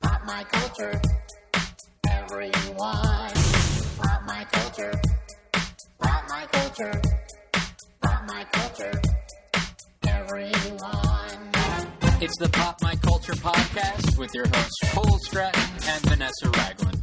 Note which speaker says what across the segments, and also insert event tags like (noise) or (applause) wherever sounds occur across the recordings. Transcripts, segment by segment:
Speaker 1: Pop my culture. Everyone. Pop my culture. Pop my culture. Pop my culture. Everyone.
Speaker 2: It's the Pop My Culture podcast with your hosts Cole Stratton and Vanessa Ragland.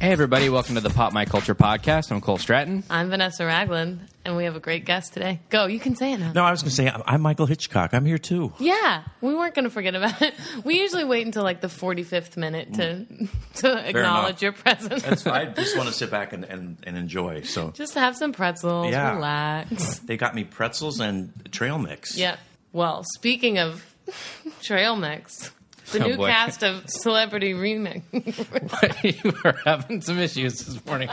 Speaker 2: Hey everybody, welcome to the Pop My Culture podcast. I'm Cole Stratton. (laughs)
Speaker 3: I'm Vanessa Ragland, and we have a great guest today. Go, you can say it now.
Speaker 4: No, I was going to say, I'm Michael Hitchcock. I'm here too.
Speaker 3: Yeah, we weren't going to forget about it. (laughs) We usually wait until like the 45th minute to (laughs) to acknowledge
Speaker 4: enough.
Speaker 3: your presence.
Speaker 4: (laughs) I just want to sit back and, and, and enjoy. So
Speaker 3: (laughs) Just have some pretzels,
Speaker 4: Yeah. (laughs)
Speaker 3: relax.
Speaker 4: they got me pretzels and trail mix.
Speaker 3: Yep. Well, speaking of trail mix, the
Speaker 2: Oh,
Speaker 3: new
Speaker 2: boy.
Speaker 3: cast of Celebrity Remix. (laughs)
Speaker 2: you were having some issues this morning.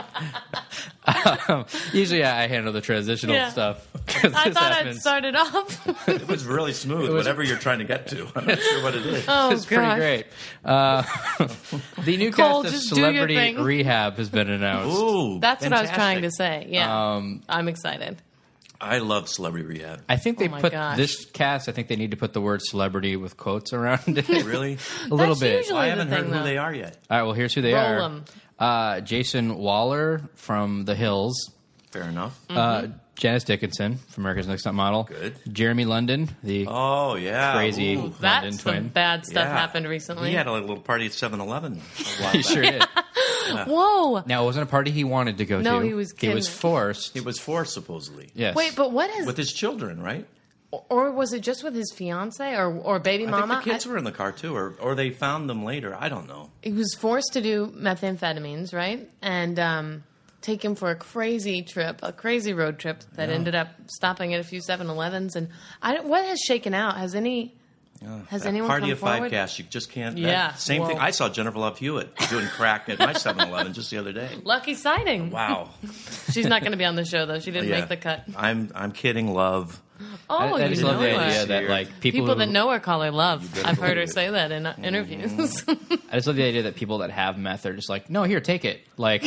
Speaker 2: (laughs) um, usually I handle the transitional
Speaker 3: Yeah.
Speaker 2: stuff (laughs) because
Speaker 3: I
Speaker 2: this
Speaker 3: thought I'd
Speaker 2: happens.
Speaker 3: started
Speaker 4: (laughs)
Speaker 3: off.
Speaker 4: It was really smooth, whatever you're trying to get to. I'm not sure what
Speaker 3: (laughs)
Speaker 4: it is.
Speaker 3: oh,
Speaker 2: (laughs) it's pretty
Speaker 3: gosh.
Speaker 2: great. Uh, (laughs) the new
Speaker 3: Cole,
Speaker 2: cast of
Speaker 3: just do your
Speaker 2: Celebrity
Speaker 3: thing.
Speaker 2: Rehab has been announced.
Speaker 4: Ooh,
Speaker 3: That's what I was
Speaker 4: fantastic.
Speaker 3: trying to say. Yeah.
Speaker 2: Um,
Speaker 3: I'm excited.
Speaker 4: I love Celebrity Rehab.
Speaker 3: (laughs)
Speaker 2: I think they
Speaker 3: Oh, my
Speaker 2: put
Speaker 3: gosh.
Speaker 2: this cast. I think they need to put the word "celebrity" with quotes around
Speaker 3: (laughs)
Speaker 2: it a
Speaker 4: Really?
Speaker 2: little
Speaker 3: That's
Speaker 2: bit.
Speaker 3: usually
Speaker 4: I
Speaker 3: the
Speaker 4: haven't
Speaker 3: thing,
Speaker 4: heard who
Speaker 3: though.
Speaker 4: they are yet.
Speaker 2: All right. Well, here's who they
Speaker 3: Roll
Speaker 2: are.
Speaker 3: 'em.
Speaker 2: Uh, Jason Waller from The Hills.
Speaker 4: Fair enough.
Speaker 3: Mm.
Speaker 2: Uh,
Speaker 3: Mm-hmm.
Speaker 2: Janice Dickinson from America's Next Top Model.
Speaker 4: Good.
Speaker 2: Jeremy London, the
Speaker 4: oh, yeah.
Speaker 2: crazy
Speaker 4: Ooh,
Speaker 2: London
Speaker 3: That's
Speaker 2: twin.
Speaker 3: some bad stuff
Speaker 4: yeah.
Speaker 3: happened recently.
Speaker 4: He had a little party at 7
Speaker 3: (laughs)
Speaker 4: Eleven.
Speaker 2: (laughs) he sure did.
Speaker 3: Whoa.
Speaker 2: Now it wasn't a party he wanted to go to.
Speaker 3: No, he was
Speaker 2: He was
Speaker 3: kidnapped.
Speaker 2: forced.
Speaker 4: It was four, supposedly.
Speaker 2: yes.
Speaker 3: Wait, but what is
Speaker 4: With his children, right?
Speaker 3: or was it just with his fiance or or baby mama?
Speaker 4: I think the kids
Speaker 3: I-
Speaker 4: were in the car too, or, or they found them later. I don't know.
Speaker 3: he was forced to do methamphetamines, right? And um, take him for a crazy trip, a crazy road trip that ended up stopping at a few 7-Elevens. And I don't, what has shaken out? Has any? has
Speaker 4: Oh, That
Speaker 3: anyone
Speaker 4: party
Speaker 3: come
Speaker 4: of five
Speaker 3: forward?
Speaker 4: cast? You just can't. that-
Speaker 3: Yeah,
Speaker 4: same thing.
Speaker 3: well-
Speaker 4: I saw Jennifer Love Hewitt doing crack at
Speaker 3: (laughs)
Speaker 4: my 7-Eleven just the other day.
Speaker 3: Lucky sighting.
Speaker 4: Wow.
Speaker 3: (laughs)
Speaker 4: Oh,
Speaker 3: She's not going to be on the show though. She didn't
Speaker 4: Yeah.
Speaker 3: make the cut.
Speaker 4: I'm I'm kidding. Love.
Speaker 2: I,
Speaker 3: Oh,
Speaker 2: I
Speaker 3: you
Speaker 2: just
Speaker 3: know
Speaker 2: love the
Speaker 3: her.
Speaker 2: idea that
Speaker 4: Serious.
Speaker 2: like people,
Speaker 3: People
Speaker 2: who-
Speaker 3: that know her call her love.
Speaker 4: better
Speaker 3: I've heard her
Speaker 4: believe it. Mm-hmm.
Speaker 3: say that in uh, interviews. (laughs)
Speaker 2: I just love the idea that people that have meth are just like, no, here, take it.
Speaker 3: (laughs)
Speaker 2: Like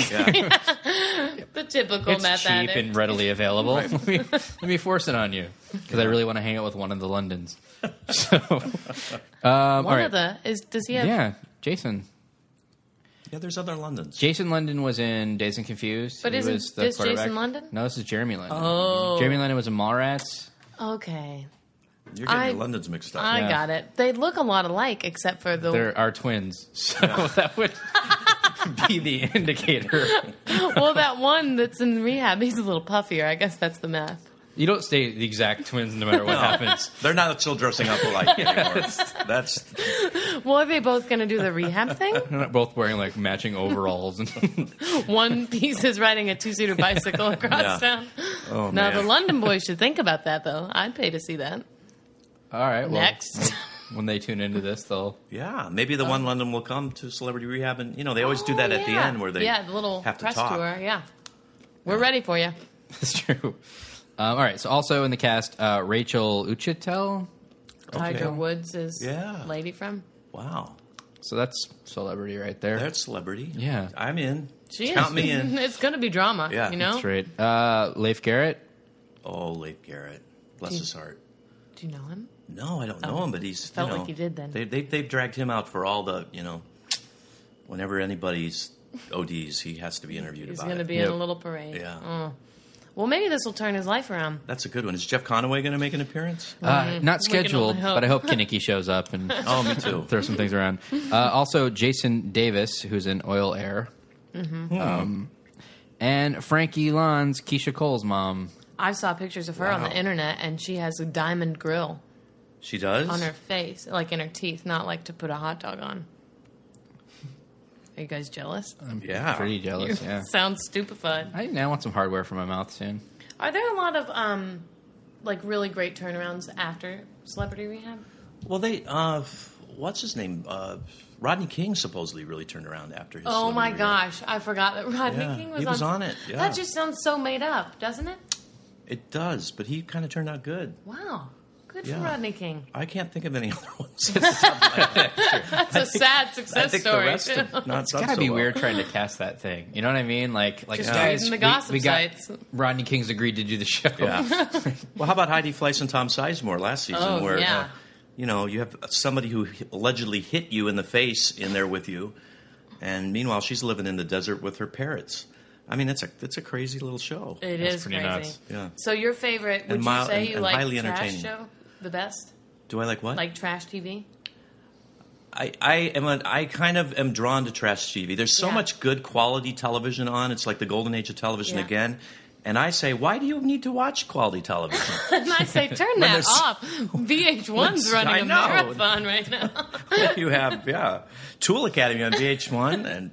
Speaker 3: the typical
Speaker 2: it's
Speaker 3: meth
Speaker 2: cheap
Speaker 3: addict.
Speaker 2: and readily available. (laughs) let, me, let me force it on you because I really want to hang out with one of the Londons. So, um, all
Speaker 3: One
Speaker 2: right.
Speaker 3: of the is does he have?
Speaker 2: yeah, Jason.
Speaker 4: Yeah, there's other Londons.
Speaker 2: Jason London was in Days and Confused.
Speaker 3: But
Speaker 2: He
Speaker 3: isn't
Speaker 2: was the
Speaker 3: this
Speaker 2: quarterback.
Speaker 3: Jason London?
Speaker 2: No, this is Jeremy London. Oh, Jeremy London was in Mallrats.
Speaker 3: Okay.
Speaker 4: You're getting
Speaker 3: I-
Speaker 4: your Londons mixed up.
Speaker 3: I
Speaker 2: Yeah.
Speaker 3: got it. They look a lot alike, except for the.
Speaker 2: There are twins, (laughs) so that would (laughs) be the indicator.
Speaker 3: (laughs) well, that one that's in rehab, he's a little puffier. I guess that's the math.
Speaker 2: You don't stay the exact twins (laughs) no matter what happens.
Speaker 4: They're not still dressing
Speaker 3: (laughs)
Speaker 4: up alike anymore. That's
Speaker 3: Well, are they both going to do the rehab thing?
Speaker 4: (laughs)
Speaker 2: They're not both wearing like matching overalls. And (laughs)
Speaker 3: One piece is riding a two seater
Speaker 4: (laughs)
Speaker 3: bicycle across
Speaker 4: Yeah.
Speaker 3: town.
Speaker 4: oh
Speaker 3: now,
Speaker 4: man.
Speaker 3: the London
Speaker 4: (laughs)
Speaker 3: boys should think about that, though. I'd pay to see that.
Speaker 2: all right, well,
Speaker 3: Next.
Speaker 2: when they tune into this, they'll (laughs)
Speaker 4: yeah, maybe the one London will come to Celebrity Rehab, and you know they always do that
Speaker 3: Oh,
Speaker 4: at the
Speaker 3: yeah.
Speaker 4: end where they
Speaker 3: Yeah, the little
Speaker 4: have to
Speaker 3: press
Speaker 4: talk.
Speaker 3: tour. Yeah. We're ready for you.
Speaker 2: That's true. Um, all right. So also in the cast, uh, Rachel Uchitel.
Speaker 3: Tiger Woods is
Speaker 4: Yeah.
Speaker 3: lady from.
Speaker 4: Wow,
Speaker 2: So that's celebrity right there.
Speaker 4: that's Celebrity.
Speaker 2: Yeah.
Speaker 4: I'm in.
Speaker 3: She
Speaker 4: Count
Speaker 3: is.
Speaker 4: me
Speaker 3: (laughs)
Speaker 4: in.
Speaker 3: it's going to be drama.
Speaker 4: Yeah,
Speaker 3: You know?
Speaker 2: That's right. Uh, Leif Garrett.
Speaker 4: Oh, Leif Garrett, bless his heart.
Speaker 3: Do you know him?
Speaker 4: No, I don't know him, but he's
Speaker 3: Oh. Felt
Speaker 4: you know,
Speaker 3: like you did then.
Speaker 4: They, they, they've dragged him out for all the you know. Whenever anybody's ODs, he has to be interviewed
Speaker 3: He's
Speaker 4: about
Speaker 3: going to
Speaker 4: it.
Speaker 3: be in
Speaker 2: Yep.
Speaker 3: a little parade.
Speaker 4: Yeah.
Speaker 3: Oh. Well, maybe this will turn his life around.
Speaker 4: That's a good one. Is Jeff Conaway going to make an appearance?
Speaker 2: Uh, not
Speaker 3: We can
Speaker 2: scheduled,
Speaker 3: only hope.
Speaker 2: but I
Speaker 3: (laughs)
Speaker 2: hope Kinnicky shows up and
Speaker 4: oh, me too.
Speaker 2: (laughs) throw some things around. Uh, also, Jason Davis, who's in Oil Air,
Speaker 3: Mm-hmm.
Speaker 2: um,
Speaker 3: Oh.
Speaker 2: and Frankie Lon's Keisha Cole's mom.
Speaker 3: I saw pictures of her on
Speaker 4: Wow.
Speaker 3: the internet, and she has a diamond grill
Speaker 4: She does.
Speaker 3: on her face, like in her teeth, not like to put a hot dog on. Are you guys jealous? Ah.
Speaker 4: yeah.
Speaker 2: Pretty
Speaker 3: (laughs)
Speaker 2: jealous.
Speaker 3: You
Speaker 2: Yeah.
Speaker 3: sound stupefied.
Speaker 2: I now want some hardware for my mouth soon.
Speaker 3: Are there a lot of um, like really great turnarounds after Celebrity Rehab?
Speaker 4: Well, they. Uh, what's his name? Uh, Rodney King supposedly really turned around after his.
Speaker 3: Oh my
Speaker 4: celebrity role.
Speaker 3: gosh, I forgot that Rodney
Speaker 4: Yeah,
Speaker 3: King
Speaker 4: he
Speaker 3: was,
Speaker 4: was
Speaker 3: on.
Speaker 4: on it, yeah.
Speaker 3: That just sounds so made up, doesn't it?
Speaker 4: It does, but he kind of turned out good.
Speaker 3: Wow, good for
Speaker 4: Yeah.
Speaker 3: Rodney King.
Speaker 4: I can't think of any (laughs) other
Speaker 3: (laughs)
Speaker 4: ones.
Speaker 3: That's a sad success
Speaker 4: I think
Speaker 3: story.
Speaker 4: the rest
Speaker 3: too.
Speaker 4: have (laughs)
Speaker 3: (laughs)
Speaker 4: not done
Speaker 2: It's gotta
Speaker 4: so
Speaker 2: be
Speaker 4: well.
Speaker 2: weird
Speaker 3: (gasps)
Speaker 2: trying to cast that thing. You know what I mean? Like, like
Speaker 3: Just
Speaker 2: guys,
Speaker 3: reading the
Speaker 2: we-
Speaker 3: gossip
Speaker 2: we, got
Speaker 3: sites.
Speaker 2: Rodney King's agreed to do the show.
Speaker 3: (laughs)
Speaker 4: Yeah. well, how about Heidi Fleiss and Tom Sizemore last season?
Speaker 3: Oh,
Speaker 4: where uh,
Speaker 3: yeah.
Speaker 4: you know, you have somebody who allegedly hit you in the face in there with you, and meanwhile she's living in the desert with her parrots. I mean, that's a that's a crazy little show.
Speaker 3: It
Speaker 2: That's
Speaker 3: is
Speaker 2: pretty
Speaker 3: crazy.
Speaker 2: nuts.
Speaker 4: Yeah.
Speaker 3: So your favorite? Would
Speaker 4: And mild-
Speaker 3: you say
Speaker 4: and-
Speaker 3: you
Speaker 4: and
Speaker 3: like
Speaker 4: highly
Speaker 3: trash
Speaker 4: entertaining.
Speaker 3: show the best?
Speaker 4: Do I like what?
Speaker 3: Like trash TV?
Speaker 4: (laughs)
Speaker 3: (laughs)
Speaker 4: I, I am a, I kind of am drawn to trash TV. There's so
Speaker 3: Yeah.
Speaker 4: much good quality television on. It's like the golden age of television
Speaker 3: Yeah.
Speaker 4: again. And I say, why do you need to watch quality television?
Speaker 3: And I say, turn that
Speaker 4: there's-
Speaker 3: off. VH1's
Speaker 4: When- (laughs) I
Speaker 3: running a
Speaker 4: know.
Speaker 3: marathon right
Speaker 4: (laughs)
Speaker 3: now.
Speaker 4: you have yeah, Tool Academy on VH1, and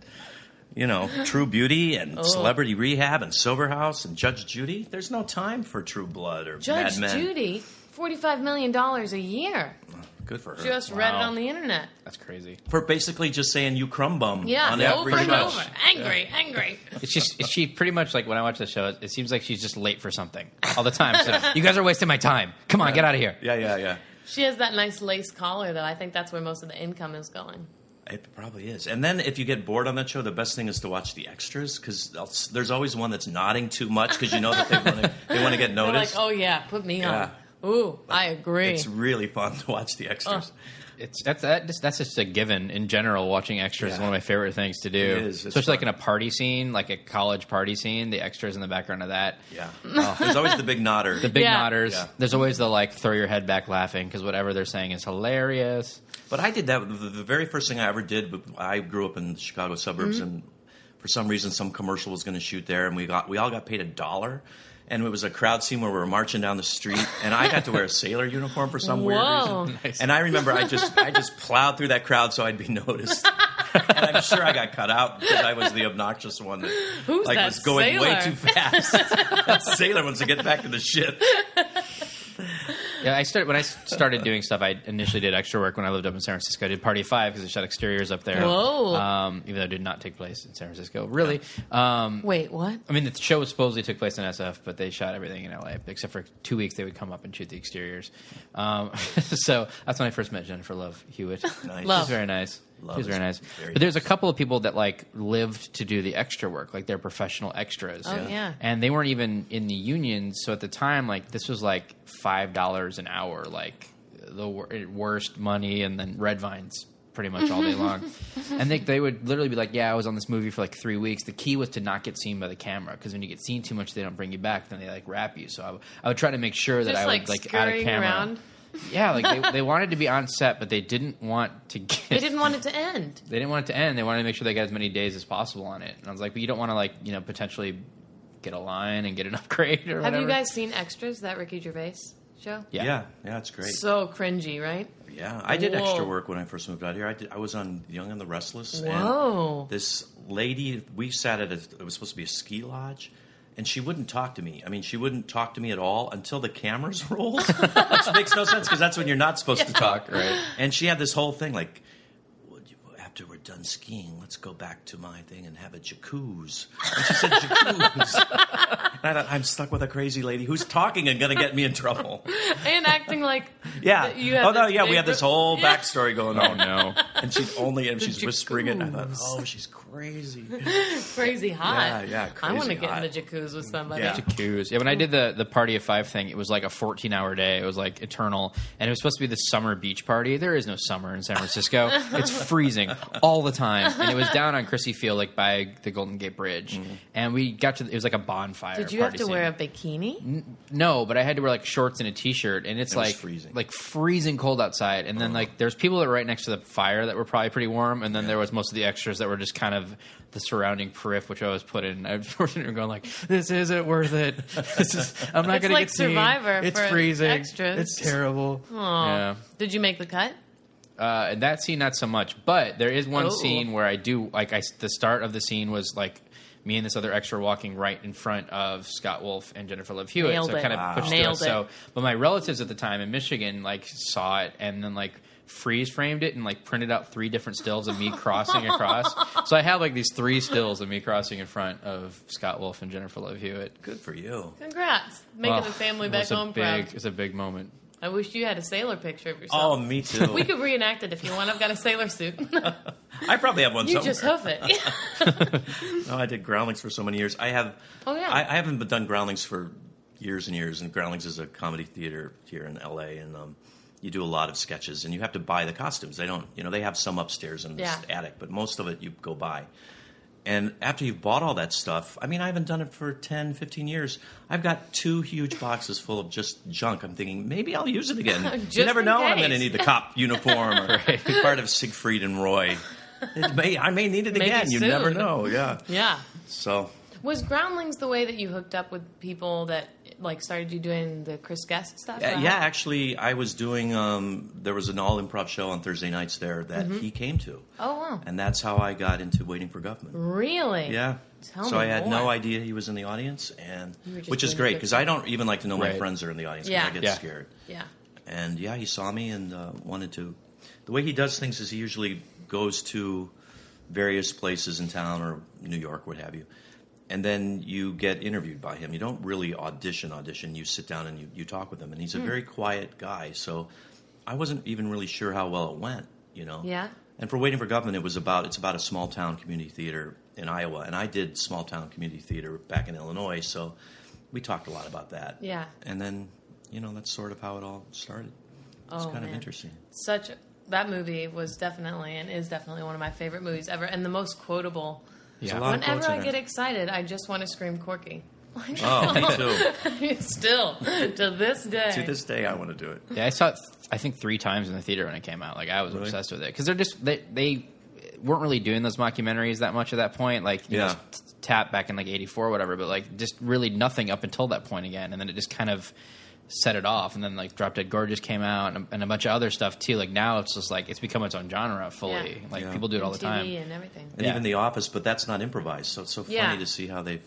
Speaker 4: you know True Beauty
Speaker 3: Oh.
Speaker 4: and Celebrity Rehab and Sober House and Judge Judy. There's no time for True Blood or
Speaker 3: Judge
Speaker 4: Mad Men.
Speaker 3: Judy, forty-five million dollars a year.
Speaker 4: Good for her.
Speaker 3: Just read it
Speaker 2: Wow.
Speaker 3: on the internet.
Speaker 2: (laughs) That's crazy.
Speaker 4: for basically just saying you crumb bum
Speaker 3: Yeah,
Speaker 4: on
Speaker 3: over
Speaker 4: every
Speaker 3: and
Speaker 4: show.
Speaker 3: over. Angry, angry.
Speaker 2: It's just it's, she pretty much like when I watch the show, it, it seems like she's just late for something all the time.
Speaker 3: (laughs)
Speaker 2: So you guys are wasting my time. Come on, get out of here.
Speaker 4: Yeah, yeah, yeah.
Speaker 3: She has that nice lace collar, though. I think that's where most of the income is going.
Speaker 4: It probably is. And then if you get bored on that show, the best thing is to watch the extras because there's always one that's nodding too much because you know that they want to
Speaker 3: (laughs)
Speaker 4: they want to get
Speaker 3: They're like,
Speaker 4: noticed.
Speaker 3: oh yeah, put me
Speaker 4: Yeah.
Speaker 3: on. Ooh, I agree.
Speaker 4: It's really fun to watch the extras.
Speaker 3: Oh.
Speaker 2: It's that's that, just- that's just a given in general. Watching extras is
Speaker 4: Yeah.
Speaker 2: one of my favorite things to do,
Speaker 4: It is. It's
Speaker 2: especially like in
Speaker 4: fun.
Speaker 2: a party scene, like a college party scene. The extras in the background of that,
Speaker 4: Yeah, Oh, there's always the big nodder.
Speaker 2: the big
Speaker 3: Yeah.
Speaker 2: nodders.
Speaker 4: Yeah.
Speaker 2: There's always the like throw your head back laughing because whatever they're saying is hilarious.
Speaker 4: But I did that. The, the very first thing I ever did. but I grew up in the Chicago suburbs,
Speaker 3: Mm-hmm.
Speaker 4: and for some reason, some commercial was going to shoot there, and we got we all got paid a dollar. And it was a crowd scene where we were marching down the street, and I got to wear a sailor uniform for some weird
Speaker 3: Whoa.
Speaker 4: reason.
Speaker 2: Nice.
Speaker 4: And I remember I just I just plowed through that crowd so I'd be noticed. and I'm sure I got cut out because I was the obnoxious one that
Speaker 3: Who's
Speaker 4: like
Speaker 3: that
Speaker 4: was going way
Speaker 3: sailor?
Speaker 4: too fast. (laughs) that sailor wants to get back to the ship.
Speaker 2: Yeah, I started when I s- started doing stuff. I initially did extra work when I lived up in San Francisco. I did Party Five because they shot exteriors up there.
Speaker 3: Whoa.
Speaker 2: Um, even though it did not take place in San Francisco, really. Um,
Speaker 3: Wait, what?
Speaker 2: I mean, the show supposedly took place in SF, but they shot everything in LA except for two weeks. They would come up and shoot the exteriors. Um, (laughs) so that's when I first met Jennifer Love Hewitt.
Speaker 4: Nice.
Speaker 2: She's
Speaker 3: Love.
Speaker 2: very nice.
Speaker 4: Love
Speaker 2: She's
Speaker 4: is
Speaker 2: very nice.
Speaker 4: very
Speaker 2: but there's a couple of people that like lived to do the extra work, like they're professional extras.
Speaker 3: Oh, Yeah. yeah.
Speaker 2: And they weren't even in the unions. So at the time, like this was like five dollars an hour, like the wor- worst money, and then Red Vines pretty much all
Speaker 3: (laughs)
Speaker 2: day long. and they they would literally be like, "Yeah, I was on this movie for like three weeks." The key was to not get seen by the camera because when you get seen too much, they don't bring you back. Then they like wrap you. So I, w- I would try to make sure that
Speaker 3: Just
Speaker 2: I
Speaker 3: like
Speaker 2: would like out of
Speaker 3: scurrying
Speaker 2: camera. (laughs)
Speaker 3: around.
Speaker 2: Yeah, like
Speaker 3: (laughs)
Speaker 2: they, they wanted to be on set, but they didn't want to get
Speaker 3: They didn't want it to
Speaker 2: (laughs)
Speaker 3: end.
Speaker 2: they didn't want it to end. They wanted to make sure they got as many days as possible on it. And I was like, but you don't want to like you know potentially get a line and get an (laughs) upgrade or whatever.
Speaker 3: Have you guys seen Extras, that Ricky Gervais show?
Speaker 2: Yeah.
Speaker 4: yeah, yeah, it's great.
Speaker 3: So cringy, right?
Speaker 4: Yeah, I did extra
Speaker 3: Whoa.
Speaker 4: work when I first moved out here. I did, I was on Young and the Restless.
Speaker 3: Whoa.
Speaker 4: And this lady, we sat at a, it was supposed to be a ski lodge, and she wouldn't talk to me. I mean, she wouldn't talk to me at all until the cameras (laughs) rolled, which makes no sense because that's when you're not supposed to talk. Right. And she had this whole thing like, "Would you- after we're done skiing, let's go back to my thing and have a jacuzzi. And she said jacuzzi. (laughs) and I thought, I'm stuck with a crazy lady who's talking and going to get me in trouble.
Speaker 3: And acting like
Speaker 4: Yeah.
Speaker 3: that you have
Speaker 4: oh no.
Speaker 3: this
Speaker 4: Yeah, we
Speaker 3: big
Speaker 4: have this
Speaker 3: group-
Speaker 4: whole
Speaker 3: Yeah.
Speaker 4: backstory going
Speaker 2: Oh (laughs)
Speaker 4: on,
Speaker 2: no.
Speaker 4: and she's only and she's whispering it. I thought,
Speaker 3: jacuzzi.
Speaker 4: oh,
Speaker 3: (laughs)
Speaker 4: she's crazy.
Speaker 3: crazy hot.
Speaker 4: Yeah, yeah,
Speaker 3: I want to
Speaker 4: crazy
Speaker 3: get
Speaker 4: hot.
Speaker 3: in the jacuzzi with somebody.
Speaker 4: Yeah.
Speaker 2: Jacuzzi. Yeah, when I did the the party of five thing, it was like a fourteen hour day. It was like eternal, and it was supposed to be the summer beach party. There is no summer in San
Speaker 3: (laughs)
Speaker 2: Francisco. it's freezing all the time, and it was down on Chrissy Field, like by the Golden Gate Bridge. And we got to it was like a bonfire.
Speaker 3: Did you have
Speaker 2: party
Speaker 3: to
Speaker 2: scene. Mm-hmm.
Speaker 3: wear a bikini?
Speaker 2: No, but I had to wear like shorts and a t-shirt, and it's
Speaker 4: It was
Speaker 2: like
Speaker 4: freezing.
Speaker 2: like freezing cold outside. And then like there's people that were right next to the fire that were probably pretty warm, and then there was most of the extras that were just kind of the surrounding perif, which I was put in. (laughs) I was going like, "This isn't worth it. This is I'm not
Speaker 3: It's
Speaker 2: going to
Speaker 3: like
Speaker 2: get seen.
Speaker 3: Survivor
Speaker 2: It's
Speaker 3: for
Speaker 2: freezing.
Speaker 3: extras."
Speaker 2: It's terrible." Yeah.
Speaker 3: Did you make the cut?
Speaker 2: Uh, and that scene, not so much. But there is one
Speaker 3: Oh.
Speaker 2: scene where I do like I the start of the scene was like me and this other extra walking right in front of Scott Wolf and Jennifer Love Hewitt.
Speaker 3: Nailed
Speaker 2: so
Speaker 3: it.
Speaker 2: kind of
Speaker 3: Wow.
Speaker 2: pushed
Speaker 3: Nailed
Speaker 2: through it. So, but my relatives at the time in Michigan like saw it and then like freeze framed it and like printed out three different stills of me crossing across. So I have like these three stills of me crossing in front of Scott Wolf and Jennifer Love Hewitt.
Speaker 4: Good for you.
Speaker 3: Congrats. Making
Speaker 2: Well,
Speaker 3: the family
Speaker 2: it
Speaker 3: back
Speaker 2: was a
Speaker 3: home
Speaker 2: big,
Speaker 3: proud.
Speaker 2: It's a big moment.
Speaker 3: I wish you had a sailor picture of
Speaker 4: Oh,
Speaker 3: yourself.
Speaker 4: me too.
Speaker 3: we could reenact it if you want. I've got a
Speaker 2: (laughs)
Speaker 3: sailor suit.
Speaker 4: I probably have one
Speaker 3: you
Speaker 4: somewhere.
Speaker 3: just hoof it. Yeah.
Speaker 4: no, Oh, I did groundlings for so many years. I have.
Speaker 3: Oh, yeah.
Speaker 4: I, I haven't been- done groundlings for years and years. And groundlings is a comedy theater here in L.A. And um, you do a lot of sketches, and you have to buy the costumes. They don't, you know, they have some upstairs in this
Speaker 3: Yeah.
Speaker 4: attic, but most of it you go buy. And after you've bought all that stuff, I mean, I haven't done it for 10, 15 years. I've got two huge boxes full of just junk. I'm thinking, maybe I'll use it again. you
Speaker 3: (laughs) Just
Speaker 4: never
Speaker 3: in
Speaker 4: know when I'm going to
Speaker 3: case.
Speaker 4: need the
Speaker 3: (laughs)
Speaker 4: cop uniform or part of Siegfried and Roy. It may, I may need it
Speaker 3: Maybe
Speaker 4: again. You never
Speaker 3: soon.
Speaker 4: know. Yeah.
Speaker 3: Yeah.
Speaker 4: So
Speaker 3: Was Groundlings the way that you hooked up with people that like started you doing the Chris Guest stuff?
Speaker 4: Yeah,
Speaker 3: Or
Speaker 4: uh, yeah,
Speaker 3: how-
Speaker 4: actually, I was doing. Um, there was an all improv show on Thursday nights there that
Speaker 3: Mm-hmm.
Speaker 4: he came to,
Speaker 3: Oh wow.
Speaker 4: and that's how I got into Waiting for Government.
Speaker 3: Really?
Speaker 4: Yeah,
Speaker 3: Tell
Speaker 4: so
Speaker 3: me
Speaker 4: I had
Speaker 3: more.
Speaker 4: no idea he was in the audience, and
Speaker 3: were just
Speaker 4: which is
Speaker 3: doing
Speaker 4: great
Speaker 3: good
Speaker 4: because I don't even like to know my
Speaker 2: Right.
Speaker 4: friends are in the audience. 'cause
Speaker 3: Yeah.
Speaker 4: I get
Speaker 2: Yeah.
Speaker 4: scared.
Speaker 3: Yeah.
Speaker 4: And yeah, he saw me and uh, wanted to. The way he does things is he usually goes to various places in town or New York, what have you. And then you get interviewed by him. You don't really audition, audition. You sit down and you, you talk with him. And he's a very quiet guy. So I wasn't even really sure how well it went, you know?
Speaker 3: Yeah.
Speaker 4: And for Waiting for Government, it was about it's about a small town community theater in Iowa, and I did small town community theater back in Illinois, so we talked a lot about that.
Speaker 3: Yeah.
Speaker 4: And then, you know, that's sort of how it all started. It's
Speaker 3: Oh,
Speaker 4: kind of
Speaker 3: man. (laughs)
Speaker 4: interesting.
Speaker 3: Such that movie was definitely and is definitely one of my favorite movies ever, and the most quotable.
Speaker 4: There's
Speaker 2: Yeah.
Speaker 4: a lot of
Speaker 3: Whenever
Speaker 4: quotes in
Speaker 3: I get
Speaker 4: it.
Speaker 3: excited, I just want to scream Corky. (laughs)
Speaker 4: Oh, me too.
Speaker 3: Still to this day.
Speaker 4: to this day, I want to do it.
Speaker 2: Yeah, I saw it. th- I think three times in the theater when it came out. Like I was
Speaker 4: Really?
Speaker 2: obsessed with it because they're just they they weren't really doing those mockumentaries that much at that point. Like you
Speaker 4: Yeah.
Speaker 2: know, t- tap back in like '84 or whatever, but like just really nothing up until that point again, and then it just kind of set it off. And then like Drop Dead Gorgeous came out and, and a bunch of other stuff too. Like now it's just like it's become its own genre fully.
Speaker 3: Yeah.
Speaker 2: Like
Speaker 4: Yeah.
Speaker 2: people do it all
Speaker 3: MTV
Speaker 2: the time.
Speaker 3: and everything.
Speaker 4: And
Speaker 2: Yeah.
Speaker 4: even The Office, but that's not improvised, so it's so funny
Speaker 3: Yeah.
Speaker 4: to see how they've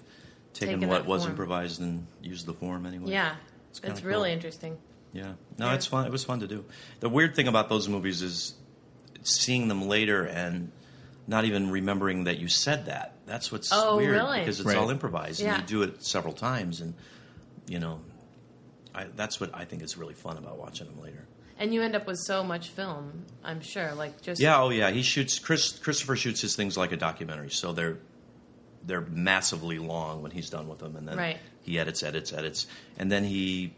Speaker 4: taken
Speaker 3: Taken
Speaker 4: what
Speaker 3: that
Speaker 4: was
Speaker 3: form.
Speaker 4: improvised and used the form anyway.
Speaker 3: Yeah,
Speaker 4: It's
Speaker 3: it's,
Speaker 4: kinda
Speaker 3: really
Speaker 4: cool.
Speaker 3: interesting.
Speaker 4: Yeah. No,
Speaker 3: Yeah.
Speaker 4: it's fun. It was fun to do. The weird thing about those movies is seeing them later and not even remembering that you said that. That's what's
Speaker 3: Oh,
Speaker 4: weird
Speaker 3: really?
Speaker 4: because it's
Speaker 2: Right.
Speaker 4: all improvised
Speaker 3: Yeah.
Speaker 4: and you do it several times and you know I, that's what I think is really fun about watching them later.
Speaker 3: And you end up with so much film, I'm sure. Like just
Speaker 4: Yeah, oh yeah, he shoots Chris Christopher shoots his things like a documentary. So they're they're massively long when he's done with them and then
Speaker 3: Right.
Speaker 4: he edits edits edits and then he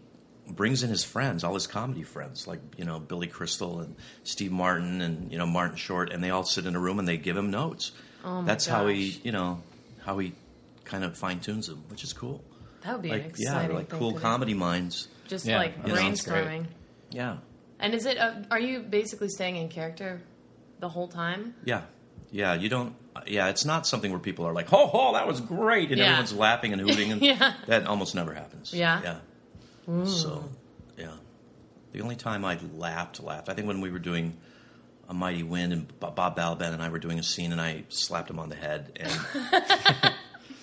Speaker 4: brings in his friends, all his comedy friends like, you know, Billy Crystal and Steve Martin and you know Martin Short and they all sit in a room and they give him notes.
Speaker 3: Oh, my
Speaker 4: That's how he,
Speaker 3: gosh.
Speaker 4: you know, how he kind of fine tunes them, which is cool.
Speaker 3: that would be an
Speaker 4: Like yeah,
Speaker 3: exciting
Speaker 4: they're like
Speaker 3: thing
Speaker 4: cool
Speaker 3: to do.
Speaker 4: comedy minds.
Speaker 3: Just
Speaker 2: Yeah,
Speaker 3: like
Speaker 2: that sounds great.
Speaker 3: brainstorming.
Speaker 4: Yeah.
Speaker 3: And is it? Uh, are you basically staying in character the whole time?
Speaker 4: Yeah. Yeah, you don't. Yeah, it's not something where people are like, "Ho ho, that was great," and
Speaker 3: Yeah.
Speaker 4: everyone's laughing and hooting,
Speaker 3: (laughs)
Speaker 4: and
Speaker 3: Yeah.
Speaker 4: that almost never happens.
Speaker 3: Yeah.
Speaker 4: Yeah. So, yeah, the only time I laughed, laughed. I think when we were doing a mighty wind, and Bo- Bob Balaban and I were doing a scene, and I slapped him on the head, and
Speaker 3: (laughs)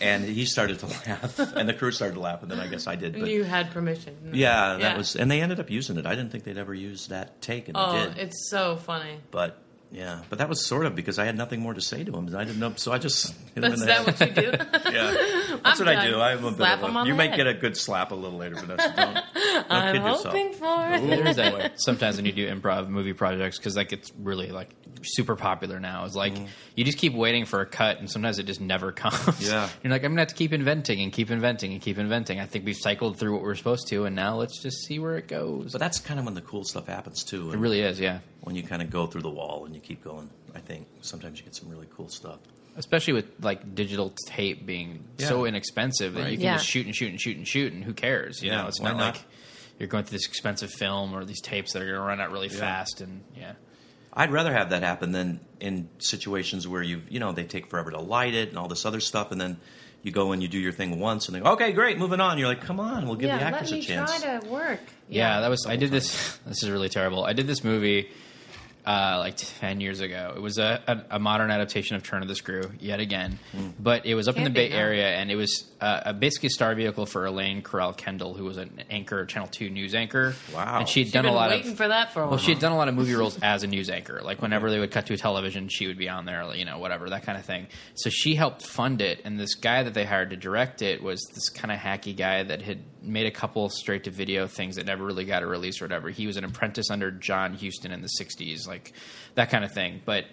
Speaker 4: and he started to laugh, (laughs) and the crew started to laugh, and then I guess I did. But
Speaker 3: you had permission.
Speaker 4: yeah, that
Speaker 3: Yeah.
Speaker 4: was, and they ended up using it. I didn't think they'd ever use that take, and they
Speaker 3: Oh,
Speaker 4: did
Speaker 3: it's so funny.
Speaker 4: but yeah, but that was sort of because I had nothing more to say to him. I didn't know, so
Speaker 3: (laughs)
Speaker 4: I just hit him
Speaker 3: Is
Speaker 4: in the
Speaker 3: that
Speaker 4: head.
Speaker 3: what you do?
Speaker 4: yeah,
Speaker 3: (laughs)
Speaker 4: that's
Speaker 3: I'm
Speaker 4: what I
Speaker 3: done.
Speaker 4: do. I'm a bit
Speaker 3: Slap
Speaker 4: of a-
Speaker 3: him on
Speaker 4: you
Speaker 3: the
Speaker 4: might
Speaker 3: head.
Speaker 4: get a good slap a little later, Vanessa.
Speaker 3: (laughs)
Speaker 4: Don't, don't
Speaker 3: I'm
Speaker 4: kid
Speaker 3: hoping
Speaker 4: yourself.
Speaker 3: for it.
Speaker 2: There's that sometimes when you do improv movie projects because like it's really like super popular now. It's like
Speaker 4: Mm-hmm.
Speaker 2: you just keep waiting for a cut, and sometimes it just never (laughs) comes.
Speaker 4: Yeah.
Speaker 2: you're like I'm gonna have to keep inventing and keep inventing and keep inventing. I think we've cycled through what we're supposed to, and now let's just see where it goes.
Speaker 4: But that's kind of when the cool stuff happens too.
Speaker 2: it really is, yeah.
Speaker 4: when you kind of go through the wall and you keep going. I think sometimes you get some really cool stuff.
Speaker 2: Especially with like digital tape being so
Speaker 4: Yeah.
Speaker 2: inexpensive that
Speaker 4: Right.
Speaker 2: you can
Speaker 3: Yeah.
Speaker 2: just shoot and shoot and shoot and shoot, and who cares? You
Speaker 4: Yeah,
Speaker 2: know, it's
Speaker 4: why
Speaker 2: not,
Speaker 4: not?
Speaker 2: like you're going through this expensive film or these tapes that are going to run out really fast, and yeah,
Speaker 4: I'd rather have that happen than in situations where you you know they take forever to light it and all this other stuff, and then you go and you do your thing once, and they go, okay, great, moving on. You're like, come on, we'll give the
Speaker 3: yeah, let
Speaker 4: actors
Speaker 3: me
Speaker 4: a chance.
Speaker 3: try to work.
Speaker 2: yeah, that was i did this (laughs) this is really terrible i did this movie uh, like 10 years ago it was a, a, a modern adaptation of turn of the screw yet again but it was up in
Speaker 3: Can't
Speaker 2: the
Speaker 3: be,
Speaker 2: bay
Speaker 3: no.
Speaker 2: area and it was uh, a basically a star vehicle for elaine corral kendall who was an anchor channel 2 news anchor
Speaker 4: Wow.
Speaker 2: and she had
Speaker 4: She'd
Speaker 2: done a
Speaker 3: I've been
Speaker 2: lot
Speaker 3: waiting
Speaker 2: of
Speaker 3: for that for a while.
Speaker 2: well, she had done a lot of movie roles as a news anchor. Like whenever they would cut to a television, she would be on there, you know, whatever that kind of thing. So she helped fund it, and this guy that they hired to direct it was this kind of hacky guy that had made a couple straight to video things that never really got a release or whatever. He was an apprentice under John Huston in the '60s, like that kind of thing. But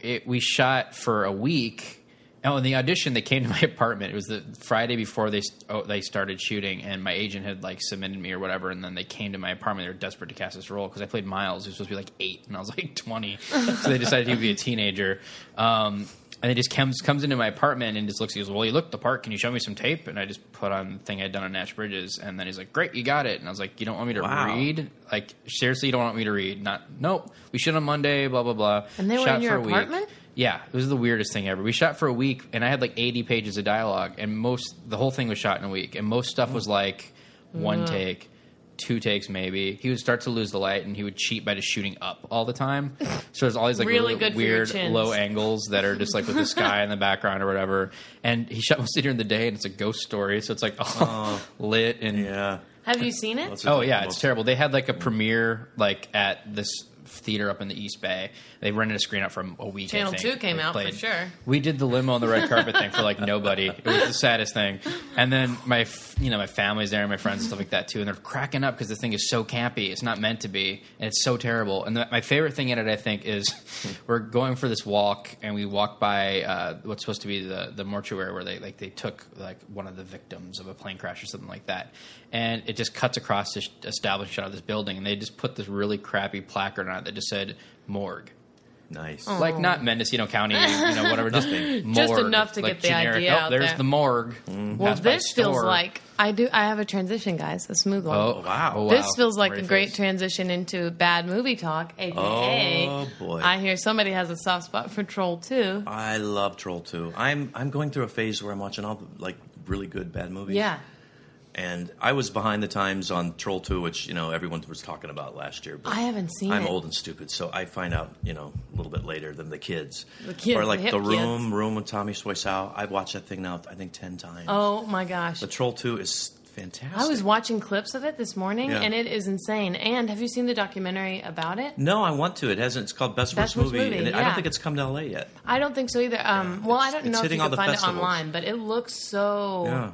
Speaker 2: it, we shot for a week Oh, in the audition, they came to my (laughs) apartment. It was the Friday before they st- oh, they started shooting, and my agent had like submitted me or whatever, and then they came to my apartment. They were desperate to cast this role because I played Miles, who's supposed to be like eight, and I was like (laughs) twenty, so they decided he would be a teenager. Um, and he just comes comes into my apartment and just looks. He goes, "Well, you look the part. Can you show me some tape?" And I just put on the thing I'd done on Nash Bridges, and then he's like, "Great, you got it." And I was like, "You don't want me to
Speaker 4: Wow.
Speaker 2: read? Like seriously, you don't want me to read? Not nope. We shoot on Monday. Blah blah blah."
Speaker 3: And they were
Speaker 2: Shot
Speaker 3: in your
Speaker 2: for a week.
Speaker 3: apartment?
Speaker 2: Yeah, it was the weirdest thing ever. We shot for a week, and I had like 80 pages of dialogue, and most the whole thing was shot in a week, and most stuff was like one take, two takes maybe. He would start to lose the light, and he would cheat by just shooting up all the
Speaker 3: (laughs)
Speaker 2: time. So there's all these like
Speaker 3: Really
Speaker 2: really
Speaker 3: good for your
Speaker 2: weird
Speaker 3: chins.
Speaker 2: low angles that are just like with the sky in the background or whatever. And he shot mostly during the day, and it's a ghost story, so it's like all (laughs) lit and
Speaker 4: Yeah.
Speaker 3: Have you seen it?
Speaker 4: That's
Speaker 2: Oh
Speaker 4: a-
Speaker 2: yeah,
Speaker 4: almost-
Speaker 2: it's terrible. They had like a premiere like at this theater up in the East Bay. They rented a screen out for a week. I
Speaker 3: Channel
Speaker 2: think.
Speaker 3: two came
Speaker 2: They
Speaker 3: out for sure.
Speaker 2: We did the limo on the red carpet thing for
Speaker 3: (laughs)
Speaker 2: like nobody. It was the saddest thing. And then my f- you know my family's there and my friends and stuff like that too, and they're cracking up because this thing is so campy. It's not meant to be, and it's so terrible. And the, my favorite thing in it, I think, is (laughs) we're going for this walk and we walk by uh, what's supposed to be the the mortuary where they like they took like one of the victims of a plane crash or something like that, and it just cuts across this established shot of this building, and they just put this really crappy placard on it that just said morgue
Speaker 4: Nice.
Speaker 3: Oh,
Speaker 2: like not Mendocino County, you know, whatever, just morgue,
Speaker 3: (laughs) Just enough to
Speaker 2: like
Speaker 3: get the idea
Speaker 2: Oh,
Speaker 3: out
Speaker 2: there's
Speaker 3: there. Mm-hmm.
Speaker 2: the morgue.
Speaker 3: Well,
Speaker 2: Pass by
Speaker 3: this feels
Speaker 2: store.
Speaker 3: like I do. I have a transition, guys. A smooth one.
Speaker 2: Oh
Speaker 4: wow.
Speaker 2: wow. oh, wow.
Speaker 3: This feels like
Speaker 2: Ready
Speaker 3: a
Speaker 2: for
Speaker 3: great
Speaker 2: this.
Speaker 3: transition into bad movie talk, aka.
Speaker 4: Oh, boy.
Speaker 3: I hear somebody has a soft spot for Troll Two.
Speaker 4: I love Troll 2. I'm I'm going through a phase where I'm watching all the like really good bad movies.
Speaker 3: Yeah,
Speaker 4: And I was behind the times on Troll 2, which, you know, everyone was talking about last year. But
Speaker 3: I haven't seen
Speaker 4: I'm
Speaker 3: it.
Speaker 4: old and stupid, so I find out, you know, a little bit later than the kids.
Speaker 3: The kids,
Speaker 4: Or
Speaker 3: the
Speaker 4: like The,
Speaker 3: hip
Speaker 4: Room,
Speaker 3: kids.
Speaker 4: Room with Tommy Soisao. I've watched that thing now, I think, 10 times.
Speaker 3: Oh my gosh.
Speaker 4: But Troll 2 is fantastic.
Speaker 3: I was watching clips of it this morning,
Speaker 4: Yeah.
Speaker 3: and it is insane. And have you seen the documentary about it?
Speaker 4: No, I want to. It hasn't. It's called Best,
Speaker 3: Best
Speaker 4: Worst
Speaker 3: Worst
Speaker 4: Movie.
Speaker 3: Movie,
Speaker 4: and it, I don't
Speaker 3: yeah.
Speaker 4: think it's come to LA yet.
Speaker 3: I don't think so either. Um,
Speaker 4: Yeah,
Speaker 3: well, I
Speaker 4: it's-
Speaker 3: don't
Speaker 4: it's
Speaker 3: know if you
Speaker 4: hitting
Speaker 3: can
Speaker 4: all the
Speaker 3: find
Speaker 4: festivals.
Speaker 3: it online, but it looks so
Speaker 4: Yeah.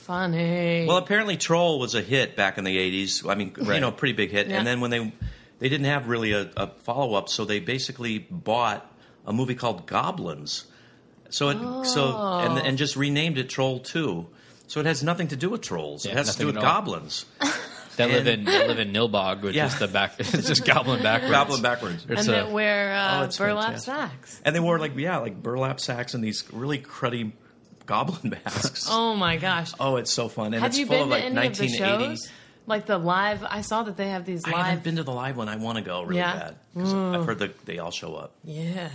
Speaker 3: funny.
Speaker 4: Well, apparently Troll was a hit back in the 80s. I mean, you know, pretty big hit.
Speaker 3: Yeah.
Speaker 4: And then when they they didn't have really a, a follow up, so they basically bought a movie called Goblins. So it so and
Speaker 3: Oh.
Speaker 4: and just renamed it Troll 2. So it has nothing to do with trolls. it
Speaker 2: Yeah,
Speaker 4: has to do with
Speaker 2: nothing at all.
Speaker 4: goblins.
Speaker 2: They live in
Speaker 3: (laughs)
Speaker 4: And-
Speaker 2: they live in Nilbog, which
Speaker 4: Yeah.
Speaker 2: is the back. (laughs) It's just goblin backwards.
Speaker 4: Goblin backwards.
Speaker 2: There's
Speaker 3: and
Speaker 2: a-
Speaker 3: that wear uh,
Speaker 4: Oh, it's
Speaker 3: burlap
Speaker 4: fantastic.
Speaker 3: sacks.
Speaker 4: And they wore like yeah, like burlap sacks and these really cruddy goblin (laughs) masks.
Speaker 3: Oh my gosh!
Speaker 4: Oh, it's so fun. And
Speaker 3: have
Speaker 4: it's
Speaker 3: you
Speaker 4: full
Speaker 3: been
Speaker 4: of
Speaker 3: to
Speaker 4: like
Speaker 3: any of the
Speaker 4: 1980s.
Speaker 3: shows? Like the live? I saw that they have these
Speaker 4: I haven't
Speaker 3: live.
Speaker 4: been to the live one. I want to go really
Speaker 3: Yeah. Mm.
Speaker 4: bad because I've heard that they all show up.
Speaker 3: yeah.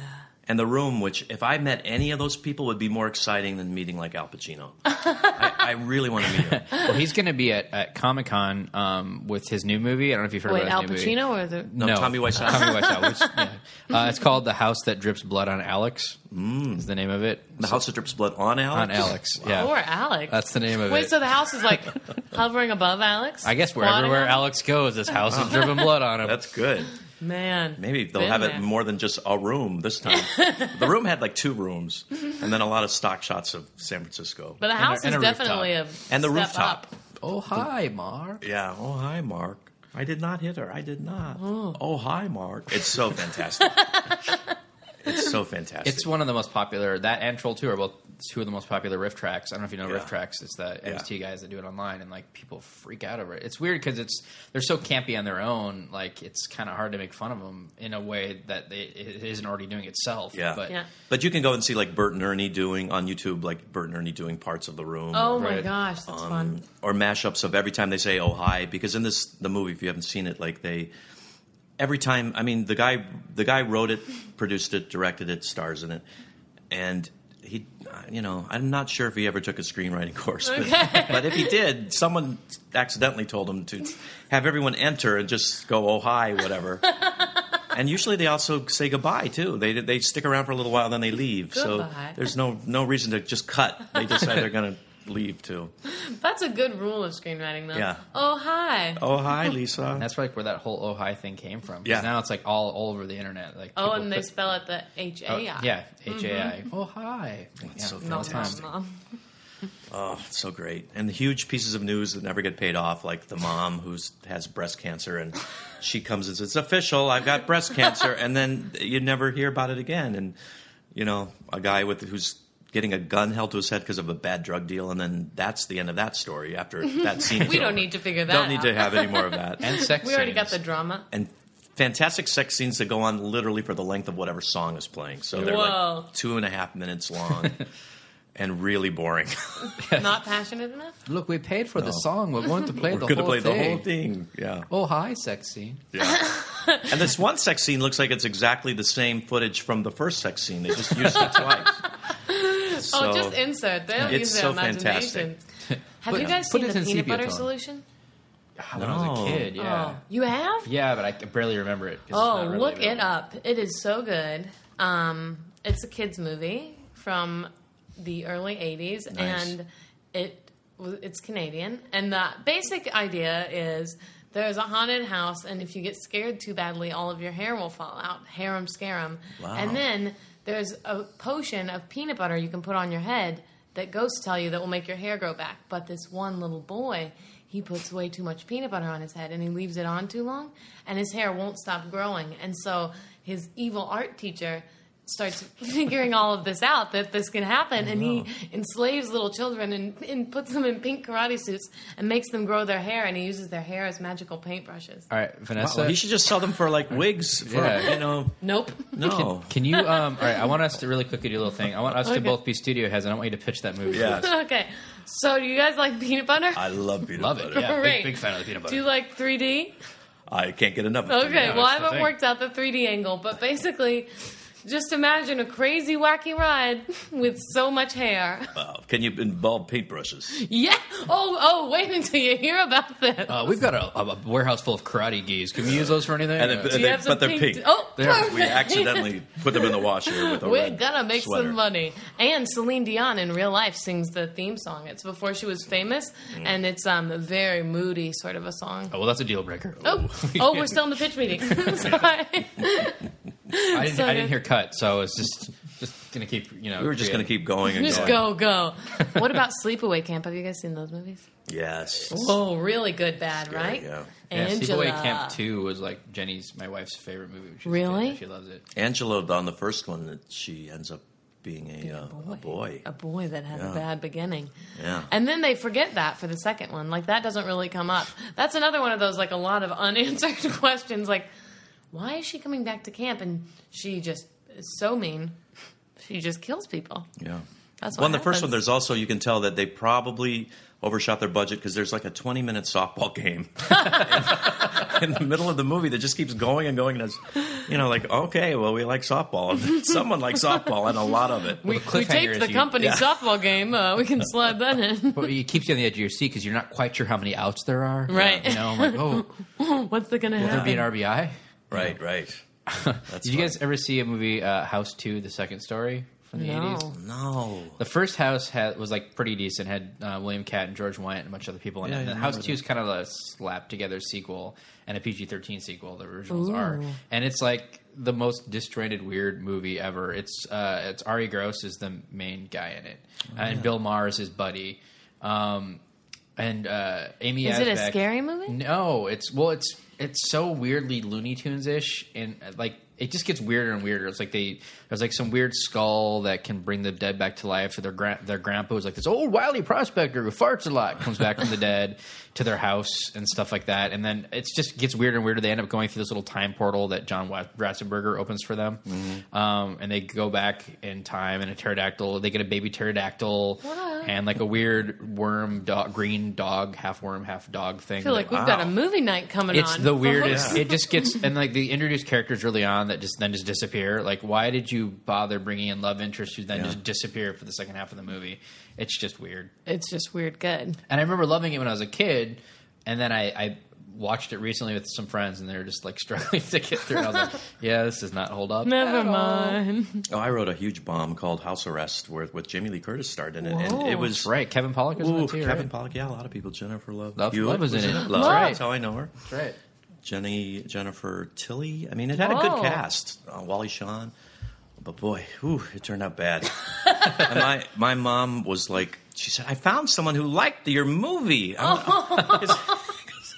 Speaker 4: And the room, which if I met any of those people, would be more exciting than meeting like
Speaker 3: (laughs)
Speaker 4: Al Pacino. I, I really want to meet
Speaker 2: (laughs)
Speaker 4: him.
Speaker 2: well, he's going to be at, at Comic Con um, with his new movie. I don't know if you've heard
Speaker 3: Wait,
Speaker 2: about
Speaker 3: Al
Speaker 2: his new movie.
Speaker 3: Pacino or the?
Speaker 4: No, Tommy Wiseau.
Speaker 2: Tommy Wiseau.
Speaker 4: (laughs)
Speaker 2: Which, yeah. uh, it's called The House That Drips Blood on Alex. Mm. Is the name of it
Speaker 4: The House that Drips Blood on Alex.
Speaker 2: on Alex? Yeah,
Speaker 3: Or Alex.
Speaker 2: that's the name of
Speaker 3: Wait,
Speaker 2: it.
Speaker 3: so the house is
Speaker 4: (laughs)
Speaker 3: like hovering above Alex?
Speaker 2: I guess where
Speaker 3: Squatting
Speaker 2: everywhere
Speaker 3: on-
Speaker 2: Alex goes, this house
Speaker 4: (laughs)
Speaker 2: is dripping blood on him.
Speaker 4: That's good.
Speaker 3: Man,
Speaker 4: Maybe they'll
Speaker 3: Been
Speaker 4: have it
Speaker 3: there.
Speaker 4: more than just a room this
Speaker 3: (laughs)
Speaker 4: time. the room had like two rooms, and then a lot of stock shots of San Francisco.
Speaker 3: Mm-hmm. But the
Speaker 2: And a-
Speaker 3: house
Speaker 2: and
Speaker 3: is
Speaker 2: a
Speaker 3: definitely a
Speaker 4: And the
Speaker 3: step
Speaker 4: rooftop.
Speaker 3: up.
Speaker 2: oh hi, Mar.
Speaker 4: yeah. Oh hi, Mark. I did not hit her. I did not. Oh hi, Mark. It's so
Speaker 3: (laughs)
Speaker 4: fantastic. it's so fantastic.
Speaker 2: It's one of the most popular. That and Troll Two are both two of the most popular riff tracks. I don't know if you know
Speaker 4: Yeah.
Speaker 2: riff tracks. It's the
Speaker 4: Yeah.
Speaker 2: MST guys that do it online, and like people freak out over it. It's weird because it's they're so campy on their own. Like it's kind of hard to make fun of them in a way that they, it isn't already doing itself.
Speaker 4: Yeah.
Speaker 2: but
Speaker 3: Yeah.
Speaker 4: But you can go and see like Bert and Ernie doing on YouTube, like Bert and Ernie doing parts of the room,
Speaker 3: Oh my
Speaker 2: Right.
Speaker 3: gosh, that's fun.
Speaker 4: um, or mashups of every time they say "Oh hi," because in this the movie, if you haven't seen it, like they every time. I mean, the guy the guy wrote it, produced it, directed it, stars in it, and he, you know, I'm not sure if he ever took a screenwriting (laughs) course, but, but if he did, someone accidentally told him to have everyone enter and just go "Oh hi," whatever. And usually they also say goodbye too. They they stick around for a little while, then they leave.
Speaker 3: Goodbye.
Speaker 4: So there's no no reason to just cut. They decide they're going to leave too.
Speaker 3: That's a good rule of screenwriting, though.
Speaker 4: Yeah.
Speaker 3: Oh hi.
Speaker 4: Oh hi, Lisa.
Speaker 2: that's like where that whole oh hi thing came from. 'Cause
Speaker 4: Yeah.
Speaker 2: now it's like all, all over the internet. Like
Speaker 3: Oh,
Speaker 2: people
Speaker 3: and they
Speaker 2: put-
Speaker 3: spell it the H A
Speaker 2: oh,
Speaker 3: I. Mm-hmm.
Speaker 2: yeah H A I. Oh hi, yeah,
Speaker 4: so
Speaker 2: all
Speaker 3: Nom,
Speaker 2: the
Speaker 3: nom,
Speaker 2: time.
Speaker 3: nom.
Speaker 4: Oh, it's so great. And the huge pieces of news that never get paid off, like the mom who has breast cancer and she comes and says, It's official, I've got breast cancer. And then you never hear about it again. And, you know, a guy with who's getting a gun held to his head because of a bad drug deal, and then that's the end of that story. After that scene,
Speaker 3: (laughs) We don't need to figure that
Speaker 4: Don't need to
Speaker 3: out.
Speaker 4: have any more of that.
Speaker 2: and sex.
Speaker 3: We already got the
Speaker 2: scenes. (laughs)
Speaker 3: drama.
Speaker 4: and fantastic sex scenes that go on literally for the length of whatever song is playing. So they're
Speaker 3: Whoa.
Speaker 4: like two and a half minutes
Speaker 3: (laughs)
Speaker 4: long and really boring.
Speaker 3: Not passionate enough.
Speaker 2: Look, we paid for the song. We're going to play the
Speaker 4: We're going to
Speaker 2: whole
Speaker 4: play
Speaker 2: thing.
Speaker 4: the whole thing. Yeah.
Speaker 2: Oh, hi, sex scene.
Speaker 3: (laughs)
Speaker 4: yeah. and this one sex scene looks like it's exactly the same footage from the first sex scene. They just used
Speaker 3: (laughs)
Speaker 4: it twice. So-
Speaker 3: oh, just insert. They don't
Speaker 4: It's
Speaker 3: use their
Speaker 4: so
Speaker 3: imagination. Have
Speaker 2: Put-
Speaker 3: you guys
Speaker 2: put
Speaker 3: seen
Speaker 2: us
Speaker 3: the
Speaker 2: in
Speaker 3: peanut butter
Speaker 2: sepia tone.
Speaker 3: solution?
Speaker 2: God, Ah, When I was
Speaker 4: No.
Speaker 2: a kid, yeah.
Speaker 3: Oh, you have?
Speaker 2: Yeah, but I can barely remember it. 'cause it's
Speaker 3: Oh,
Speaker 2: not really
Speaker 3: look it
Speaker 2: available.
Speaker 3: up. It is so good. Um, it's a kids' movie from the early '80s,
Speaker 4: Nice.
Speaker 3: and it w- it's Canadian. And the basic idea is there's a haunted house, and if you get scared too badly, all of your hair will fall out. Harem scarum.
Speaker 4: Wow.
Speaker 3: And then there's a potion of peanut butter you can put on your head that ghosts tell you that will make your hair grow back. But this one little boy, he puts way too much peanut butter on his head and he leaves it on too long, and his hair won't stop growing. And so his evil art teacher starts (laughs) figuring all of this out that this can happen and he enslaves little children and, and puts them in pink karate suits and makes them grow their hair and he uses their hair as magical paintbrushes
Speaker 2: All right, Vanessa.
Speaker 4: Wow, he should just sell them for like wigs for,
Speaker 2: Yeah.
Speaker 4: you know.
Speaker 3: nope
Speaker 4: No.
Speaker 2: Can you? Um, all right, I want us to really quickly do a little thing. I want us to
Speaker 3: Okay.
Speaker 2: both be studio heads, and I want you to pitch that movie.
Speaker 3: (laughs)
Speaker 4: Yes.
Speaker 3: (laughs) okay so do you guys like peanut butter
Speaker 4: I love peanut
Speaker 2: love it.
Speaker 4: butter.
Speaker 2: Yeah,
Speaker 3: Great.
Speaker 2: big, big fan of the peanut
Speaker 3: do
Speaker 2: butter.
Speaker 3: you like 3d
Speaker 4: I can't get enough. of it.
Speaker 3: Okay, well,
Speaker 2: that's
Speaker 3: I
Speaker 2: the
Speaker 3: haven't
Speaker 2: thing.
Speaker 3: worked out the 3D angle, but basically, just imagine a crazy, wacky ride with so much
Speaker 4: (laughs)
Speaker 3: hair.
Speaker 4: Wow. Can you involve paintbrushes?
Speaker 3: Yeah. Oh, oh, wait until you hear about this.
Speaker 2: uh, we've got a, a, a warehouse full of karate geese. Can we use those for anything? Uh,
Speaker 4: And
Speaker 2: Yeah.
Speaker 4: if-
Speaker 3: Do you
Speaker 4: they-
Speaker 3: have some
Speaker 4: but they're pink.
Speaker 3: Oh,
Speaker 2: There,
Speaker 3: (laughs)
Speaker 4: We accidentally put them in the washer with a
Speaker 3: We're
Speaker 4: red
Speaker 3: gonna make
Speaker 4: sweater.
Speaker 3: some money. And Celine Dion in real life sings the theme song. It's before she was famous,
Speaker 4: Mm.
Speaker 3: and it's um, a very moody sort of a song.
Speaker 2: oh, well, that's a deal breaker. (laughs)
Speaker 3: Oh, oh,
Speaker 4: (laughs)
Speaker 3: we're still in the pitch meeting. (laughs) Sorry.
Speaker 2: I didn't,
Speaker 3: so
Speaker 2: I didn't
Speaker 3: good.
Speaker 2: hear cut, so I was just just gonna keep. You know,
Speaker 4: We were just going to
Speaker 2: creative.
Speaker 4: keep going and
Speaker 3: Just
Speaker 4: going.
Speaker 3: go, go. (laughs) What about Sleepaway Camp? Have you guys seen those movies?
Speaker 4: Yes.
Speaker 3: Oh, really good, bad,
Speaker 4: Scary,
Speaker 3: right?
Speaker 4: yeah.
Speaker 2: Yeah,
Speaker 3: Angela.
Speaker 2: Sleepaway Camp Two was like Jenny's, my wife's favorite movie. when she was a kid,
Speaker 3: Really?
Speaker 2: and She loves it.
Speaker 4: Angela on the first one that she ends up being a, uh, a boy.
Speaker 3: A boy that had a
Speaker 4: Yeah.
Speaker 3: bad beginning.
Speaker 4: Yeah.
Speaker 3: And then they forget that for the second one. Like, that doesn't really come up. That's another one of those, like, a lot of (laughs) unanswered questions. Like, why is she coming back to camp? And she just is so mean. She just kills people.
Speaker 4: Yeah.
Speaker 3: That's what
Speaker 4: Well, in the first one,
Speaker 3: happens.
Speaker 4: there's also you can tell that they probably overshot their budget because there's like a 20 minute softball
Speaker 2: (laughs)
Speaker 4: game in the middle of the movie that just keeps going and going. And it's, you know, like okay, well, we like softball. (laughs) Someone likes softball, and a lot of it.
Speaker 2: We,
Speaker 3: We taped the company
Speaker 4: yeah.
Speaker 3: softball game. Uh, we can slide that in. (laughs)
Speaker 2: But it keeps you on the edge of your seat because you're not quite sure how many outs there are.
Speaker 3: Right.
Speaker 2: You know, I'm like,
Speaker 3: (laughs)
Speaker 2: oh,
Speaker 3: What's the gonna
Speaker 2: there'd be
Speaker 3: happen?
Speaker 2: an RBI.
Speaker 4: right, right. That's
Speaker 2: Did you guys
Speaker 4: funny.
Speaker 2: ever see a movie uh, House Two: The Second Story from the
Speaker 3: No.
Speaker 2: eighties?
Speaker 4: No.
Speaker 2: The first house had, was like pretty decent. Had uh, William Cat and George Wyatt and a bunch of other people in
Speaker 4: Yeah,
Speaker 2: it. And
Speaker 4: yeah,
Speaker 2: then
Speaker 4: I
Speaker 2: House
Speaker 4: remember
Speaker 2: Two is kind of a slap together sequel and a PG thirteen sequel. The originals are, and it's like the most disjointed, weird movie ever. It's uh, it's Ari Gross is the main guy in it, Uh,
Speaker 4: Oh,
Speaker 2: and Bill Maher is his buddy. Um, and uh, Amy
Speaker 3: Is it a
Speaker 2: Asbeck-
Speaker 3: scary movie?
Speaker 2: No, it's well, it's it's so weirdly Looney Tunes ish, and uh, like it just gets weirder and weirder. It's like they there's like some weird skull that can bring the dead back to life. Or their gra- their grandpa was like this old wily prospector who farts a lot comes back from the dead to their house and stuff like that. And then it just gets weirder and weirder. They end up going through this little time portal that John Wa- Ratzenberger opens for them,
Speaker 3: Mm-hmm.
Speaker 2: um, and they go back in time. And a pterodactyl, they get a baby pterodactyl,
Speaker 3: What?
Speaker 2: and like a weird worm dog, green dog, half worm, half dog thing.
Speaker 3: I feel like we've got a movie night coming
Speaker 2: It's
Speaker 3: on.
Speaker 2: the weirdest.
Speaker 3: folks.
Speaker 2: It just gets and like they introduce characters early on that just then just disappear. Like, why did you bother bringing in love interests who then just disappear for the second half of the movie? It's just weird.
Speaker 3: (laughs) It's just weird good.
Speaker 2: And I remember loving it when I was a kid, and then I, I watched it recently with some friends, and they were just like (laughs) struggling to get through. And I was like, yeah, this does not hold up.
Speaker 3: Never mind. (laughs)
Speaker 4: Oh, I wrote a huge bomb called House Arrest with with Jamie Lee Curtis starred in it, and it was
Speaker 2: Right, Kevin Pollak was in
Speaker 4: Ooh,
Speaker 2: it too.
Speaker 4: Kevin
Speaker 2: right?
Speaker 4: Pollak, yeah, a lot of people. Jennifer Love,
Speaker 2: Love-
Speaker 4: Hewitt
Speaker 2: Love was in it.
Speaker 4: Love,
Speaker 2: Love.
Speaker 4: that's how I know her.
Speaker 2: That's right.
Speaker 4: Jenny Jennifer Tilly. I mean, it had a
Speaker 3: Whoa.
Speaker 4: good cast. Uh, Wally Shawn, but boy, whew, it turned out bad. (laughs) and my my mom was like, she said, "I found someone who liked your movie." I'm- (laughs) it's,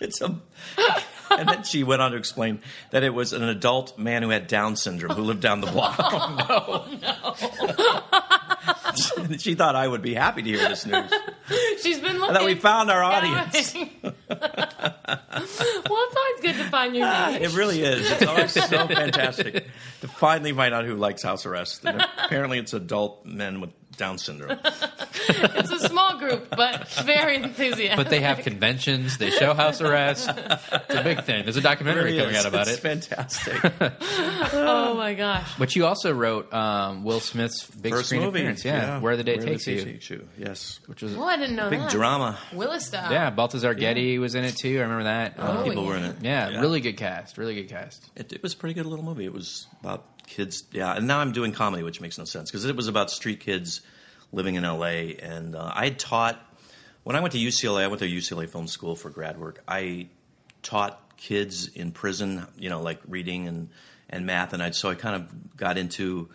Speaker 4: it's a. (laughs) And then she went on to explain that it was an (laughs) adult man who had Down syndrome who lived down the block. Oh, no. (laughs) she thought I would be happy to hear this (laughs) news.
Speaker 3: She's been looking.
Speaker 4: And that we found our audience. (laughs)
Speaker 3: well, (laughs) it's always good to find your niche.
Speaker 4: Ah, It really is.
Speaker 2: (laughs)
Speaker 4: It's always so fantastic to finally find out who likes house arrest. And apparently, it's adult men with Down syndrome.
Speaker 3: It's a small group, but
Speaker 4: (laughs)
Speaker 3: very enthusiastic.
Speaker 2: But they have conventions. They show house arrest. It's a big thing. There's a documentary
Speaker 4: It
Speaker 2: coming
Speaker 4: is.
Speaker 2: out about
Speaker 4: it's
Speaker 2: it.
Speaker 4: fantastic. uh,
Speaker 3: oh my gosh!
Speaker 2: But you also wrote um, Will Smith's big
Speaker 4: First
Speaker 2: screen
Speaker 4: movie.
Speaker 2: appearance, yeah, Where the Day Takes You,
Speaker 4: Yes.
Speaker 2: which was
Speaker 3: Well, I didn't know
Speaker 4: Big
Speaker 3: that.
Speaker 4: drama.
Speaker 3: Willis style.
Speaker 2: yeah, Baltazar Getty was in it too. I remember that.
Speaker 3: Oh,
Speaker 2: Um,
Speaker 4: People
Speaker 3: yeah.
Speaker 4: were in it.
Speaker 2: yeah, really good cast. Really good cast.
Speaker 4: It, it was a pretty good little movie. It was about kids. Yeah, and now I'm doing comedy, which makes no sense because it was about street kids living in LA. And uh, I had taught when I went to UCLA. I went to UCLA Film School for grad work. I taught kids in prison, you know, like reading and and math. And I so I kind of got into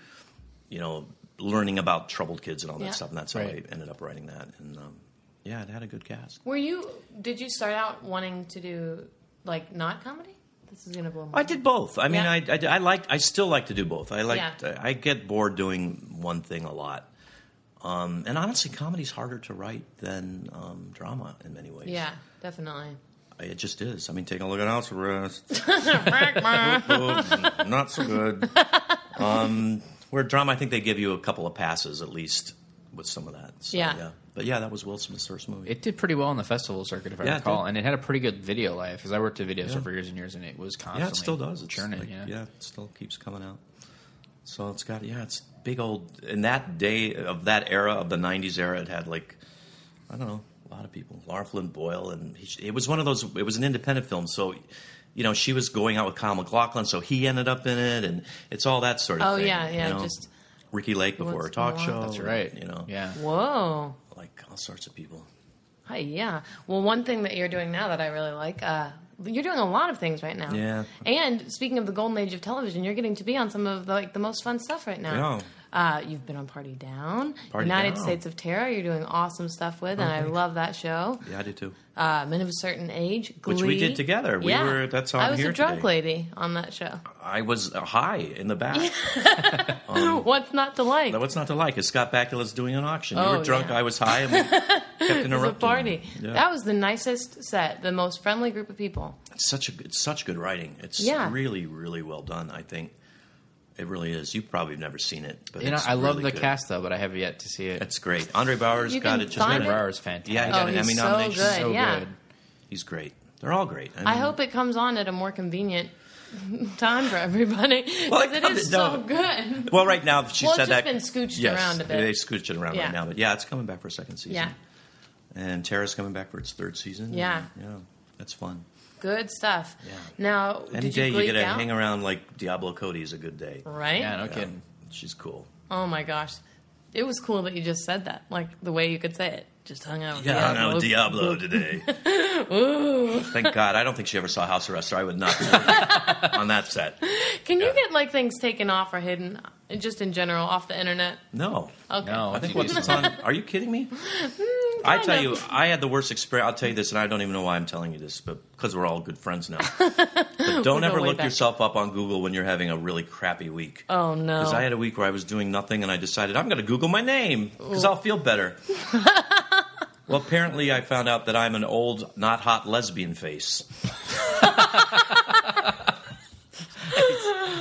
Speaker 4: you know learning about troubled kids and all that
Speaker 3: Yeah.
Speaker 4: stuff. And that's how
Speaker 2: Right.
Speaker 4: I ended up writing that. And um, yeah, it had a good cast.
Speaker 3: Were you? Did you start out wanting to do like not comedy? This is gonna blow my.
Speaker 4: I did both. I mean,
Speaker 3: Yeah.
Speaker 4: I, I, I like I still like to do both. I like
Speaker 3: Yeah.
Speaker 4: I get bored doing one thing a lot. Um, and honestly, comedy's harder to write than um, drama in many ways.
Speaker 3: Yeah,
Speaker 4: (laughs)
Speaker 3: definitely.
Speaker 4: it just is. I mean, take a look at House Arrest.
Speaker 3: (laughs) Ragma.
Speaker 4: Oh, not so good. Um, where drama, I think they give you a couple of passes at least with some of that. So,
Speaker 3: Yeah.
Speaker 4: But yeah, that was Will Smith's first movie.
Speaker 2: It did pretty well on the festival circuit, if I
Speaker 4: Yeah, it
Speaker 2: recall,
Speaker 4: did.
Speaker 2: and it had a pretty good video life because I worked at video store for years and years, and it was constantly
Speaker 4: yeah, it still does. It's
Speaker 2: churning.
Speaker 4: like-
Speaker 2: yeah.
Speaker 4: yeah, it still keeps coming out. So it's got yeah, it's big old in that day of that era of the '90s era. It had like I don't know a lot of people, Laura Flynn Boyle, and he, it was one of those. It was an independent film, so you know she was going out with Kyle McLaughlin, so he ended up in it, and it's all that sort of
Speaker 3: Oh,
Speaker 4: thing.
Speaker 3: yeah, yeah,
Speaker 4: you know?
Speaker 3: just-
Speaker 4: Ricky Lake before
Speaker 3: What's
Speaker 4: a talk
Speaker 3: going on?
Speaker 4: show.
Speaker 2: that's right.
Speaker 4: Oh, You know,
Speaker 2: yeah,
Speaker 3: Whoa.
Speaker 4: like all sorts of people.
Speaker 3: Hi, yeah. Well, one thing that you're doing now that I really like, uh, you're doing a lot of things right now.
Speaker 4: Yeah.
Speaker 3: And speaking of the golden age of television, you're getting to be on some of the, like the most fun stuff right now.
Speaker 4: Yeah.
Speaker 3: Uh, you've been on Party Down,
Speaker 4: Party
Speaker 3: United
Speaker 4: Down.
Speaker 3: States of Terror. You're doing awesome stuff with, and I love that show.
Speaker 4: Yeah, I do too.
Speaker 3: Uh, Men of a Certain Age, Glee.
Speaker 4: Which we did together. We
Speaker 3: yeah.
Speaker 4: were- that's how
Speaker 3: I
Speaker 4: I'm
Speaker 3: was
Speaker 4: here
Speaker 3: a drunk
Speaker 4: today.
Speaker 3: lady on that show.
Speaker 4: I was uh, high in the
Speaker 3: (laughs)
Speaker 4: back. Um,
Speaker 3: What's not to like?
Speaker 4: Now, what's not to like is Scott Bakula's doing an auction.
Speaker 3: Oh,
Speaker 4: you were drunk,
Speaker 3: yeah.
Speaker 4: I was high, and we kept
Speaker 3: (laughs) it was a
Speaker 4: interrupting.
Speaker 3: party.
Speaker 4: Yeah.
Speaker 3: That was the nicest set, the most friendly group of people.
Speaker 4: It's such a good- it's such good writing. It's
Speaker 3: Yeah.
Speaker 4: really really well done. I think it really is. You probably have never seen it, but
Speaker 2: you know,
Speaker 4: it's
Speaker 2: I love
Speaker 4: really
Speaker 2: the
Speaker 4: good.
Speaker 2: cast though, but I have yet to see it.
Speaker 4: It's great. Andre Bauer's
Speaker 3: You
Speaker 4: got
Speaker 3: can
Speaker 4: it. Just
Speaker 3: find
Speaker 2: Brad
Speaker 3: it?
Speaker 4: now.
Speaker 2: Bauer's fantastic.
Speaker 4: Yeah, he
Speaker 3: Oh,
Speaker 4: got an
Speaker 3: he's
Speaker 4: Emmy
Speaker 3: so
Speaker 4: nomination.
Speaker 3: good.
Speaker 2: so
Speaker 3: Yeah.
Speaker 2: good.
Speaker 4: He's great. They're all great. mean,
Speaker 3: I hope it comes on at a more convenient (laughs) time for everybody because
Speaker 4: Well, I
Speaker 3: it
Speaker 4: got
Speaker 3: is
Speaker 4: it, no.
Speaker 3: so good.
Speaker 4: Well, right now she
Speaker 3: Well, it's just
Speaker 4: said that
Speaker 3: been scooched
Speaker 4: yes,
Speaker 3: around a bit.
Speaker 4: They scooched it around
Speaker 3: Yeah.
Speaker 4: right now, but yeah, it's coming back for a second season.
Speaker 3: Yeah,
Speaker 4: And Tara's coming back for its third season.
Speaker 3: Yeah.
Speaker 4: And, yeah, that's fun.
Speaker 3: good stuff.
Speaker 4: Yeah.
Speaker 3: Now,
Speaker 4: Any
Speaker 3: did
Speaker 4: day
Speaker 3: you,
Speaker 4: you,
Speaker 3: bleak
Speaker 4: get to
Speaker 3: out?
Speaker 4: hang around like Diablo Cody is a good day.
Speaker 3: right?
Speaker 2: Yeah, no
Speaker 4: Yeah.
Speaker 2: kidding.
Speaker 4: She's cool.
Speaker 3: Oh my gosh, it was cool that you just said that. Like the way you could say it, just hung out. With
Speaker 4: Yeah, I
Speaker 3: Diablo.
Speaker 4: know Diablo (laughs) today. Thank God. I don't think she ever saw House Arrest, or I would not be on that set.
Speaker 3: Can you
Speaker 4: Yeah.
Speaker 3: get like things taken off or hidden, just in general, off the internet?
Speaker 4: No.
Speaker 3: Okay.
Speaker 2: No,
Speaker 4: I think
Speaker 2: you
Speaker 4: once
Speaker 2: do (laughs)
Speaker 4: (laughs) it's on, are you kidding me? I tell you, I had the worst experience. I'll tell you this, and I don't even know why I'm telling you this, but because we're all good friends (laughs) now. But don't
Speaker 3: go
Speaker 4: ever
Speaker 3: way
Speaker 4: look
Speaker 3: back.
Speaker 4: yourself up on Google when you're having a really crappy week.
Speaker 3: Oh no.
Speaker 4: Because I had a week where I was doing nothing, and I decided I'm going to Google my name because I'll feel
Speaker 3: (laughs)
Speaker 4: better. well, apparently, I found out that I'm an old, not hot
Speaker 3: (laughs)
Speaker 4: lesbian face,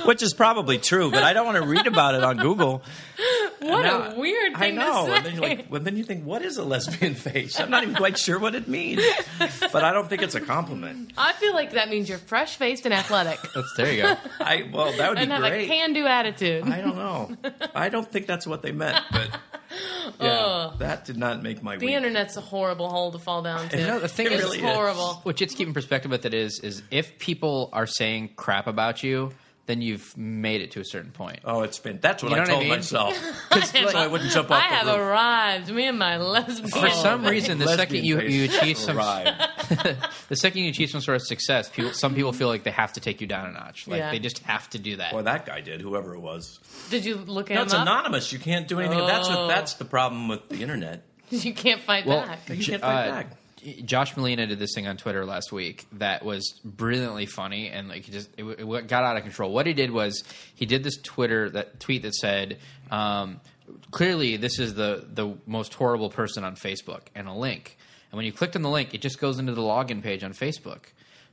Speaker 4: which is probably true, but I don't want to read about it on Google.
Speaker 3: what
Speaker 4: now-
Speaker 3: a weird
Speaker 4: I
Speaker 3: thing
Speaker 4: know.
Speaker 3: to say.
Speaker 4: And then, you're like, well, then you think, what is a lesbian face? I'm not even quite sure what it
Speaker 3: (laughs)
Speaker 4: means, but I don't think it's a compliment.
Speaker 3: I feel like that means you're fresh faced and
Speaker 4: (laughs)
Speaker 3: athletic,
Speaker 2: That's there you go.
Speaker 4: I well, that would
Speaker 3: and
Speaker 4: be
Speaker 3: have
Speaker 4: great.
Speaker 3: a can do attitude.
Speaker 4: I don't know. I don't think that's what they meant, but yeah,
Speaker 3: Ugh.
Speaker 4: that did not make my
Speaker 3: The
Speaker 4: week.
Speaker 3: internet's a horrible hole to fall down to.
Speaker 2: know, the thing
Speaker 3: it's
Speaker 2: is-
Speaker 3: just
Speaker 4: It really is.
Speaker 3: horrible.
Speaker 2: What you have to keep in perspective with it is, is if people are saying crap about you, then you've made it to a certain point.
Speaker 4: Oh, it's been. That's what
Speaker 2: You know
Speaker 4: I
Speaker 2: what I
Speaker 4: told
Speaker 2: mean?
Speaker 4: myself.
Speaker 3: (laughs)
Speaker 4: so I wouldn't jump off
Speaker 3: I have
Speaker 4: the roof.
Speaker 3: arrived. Me and my lesbian.
Speaker 2: For some reason, the second
Speaker 4: Lesbian
Speaker 2: you,
Speaker 4: face
Speaker 2: you achieve
Speaker 4: (laughs)
Speaker 2: some
Speaker 4: arrived.
Speaker 2: the second you achieve some sort of success, people, some people feel like they have to take you down a notch. Like
Speaker 3: Yeah.
Speaker 2: they just have to do that.
Speaker 4: Boy, that guy did. Whoever it was.
Speaker 3: Did you look at
Speaker 4: No,
Speaker 3: him
Speaker 4: it's
Speaker 3: up?
Speaker 4: anonymous. You can't do anything. That's
Speaker 3: Oh.
Speaker 4: what. That's the problem with the internet.
Speaker 3: (laughs) You can't fight
Speaker 2: well,
Speaker 3: back.
Speaker 4: You
Speaker 2: J-
Speaker 4: can't fight
Speaker 2: uh,
Speaker 4: back.
Speaker 2: J- Josh Molina did this thing on Twitter last week that was brilliantly funny and like he just it, w- it got out of control. What he did was he did this Twitter that tweet that said, um, clearly this is the the most horrible person on Facebook and a link. And when you clicked on the link, it just goes into the login page on Facebook.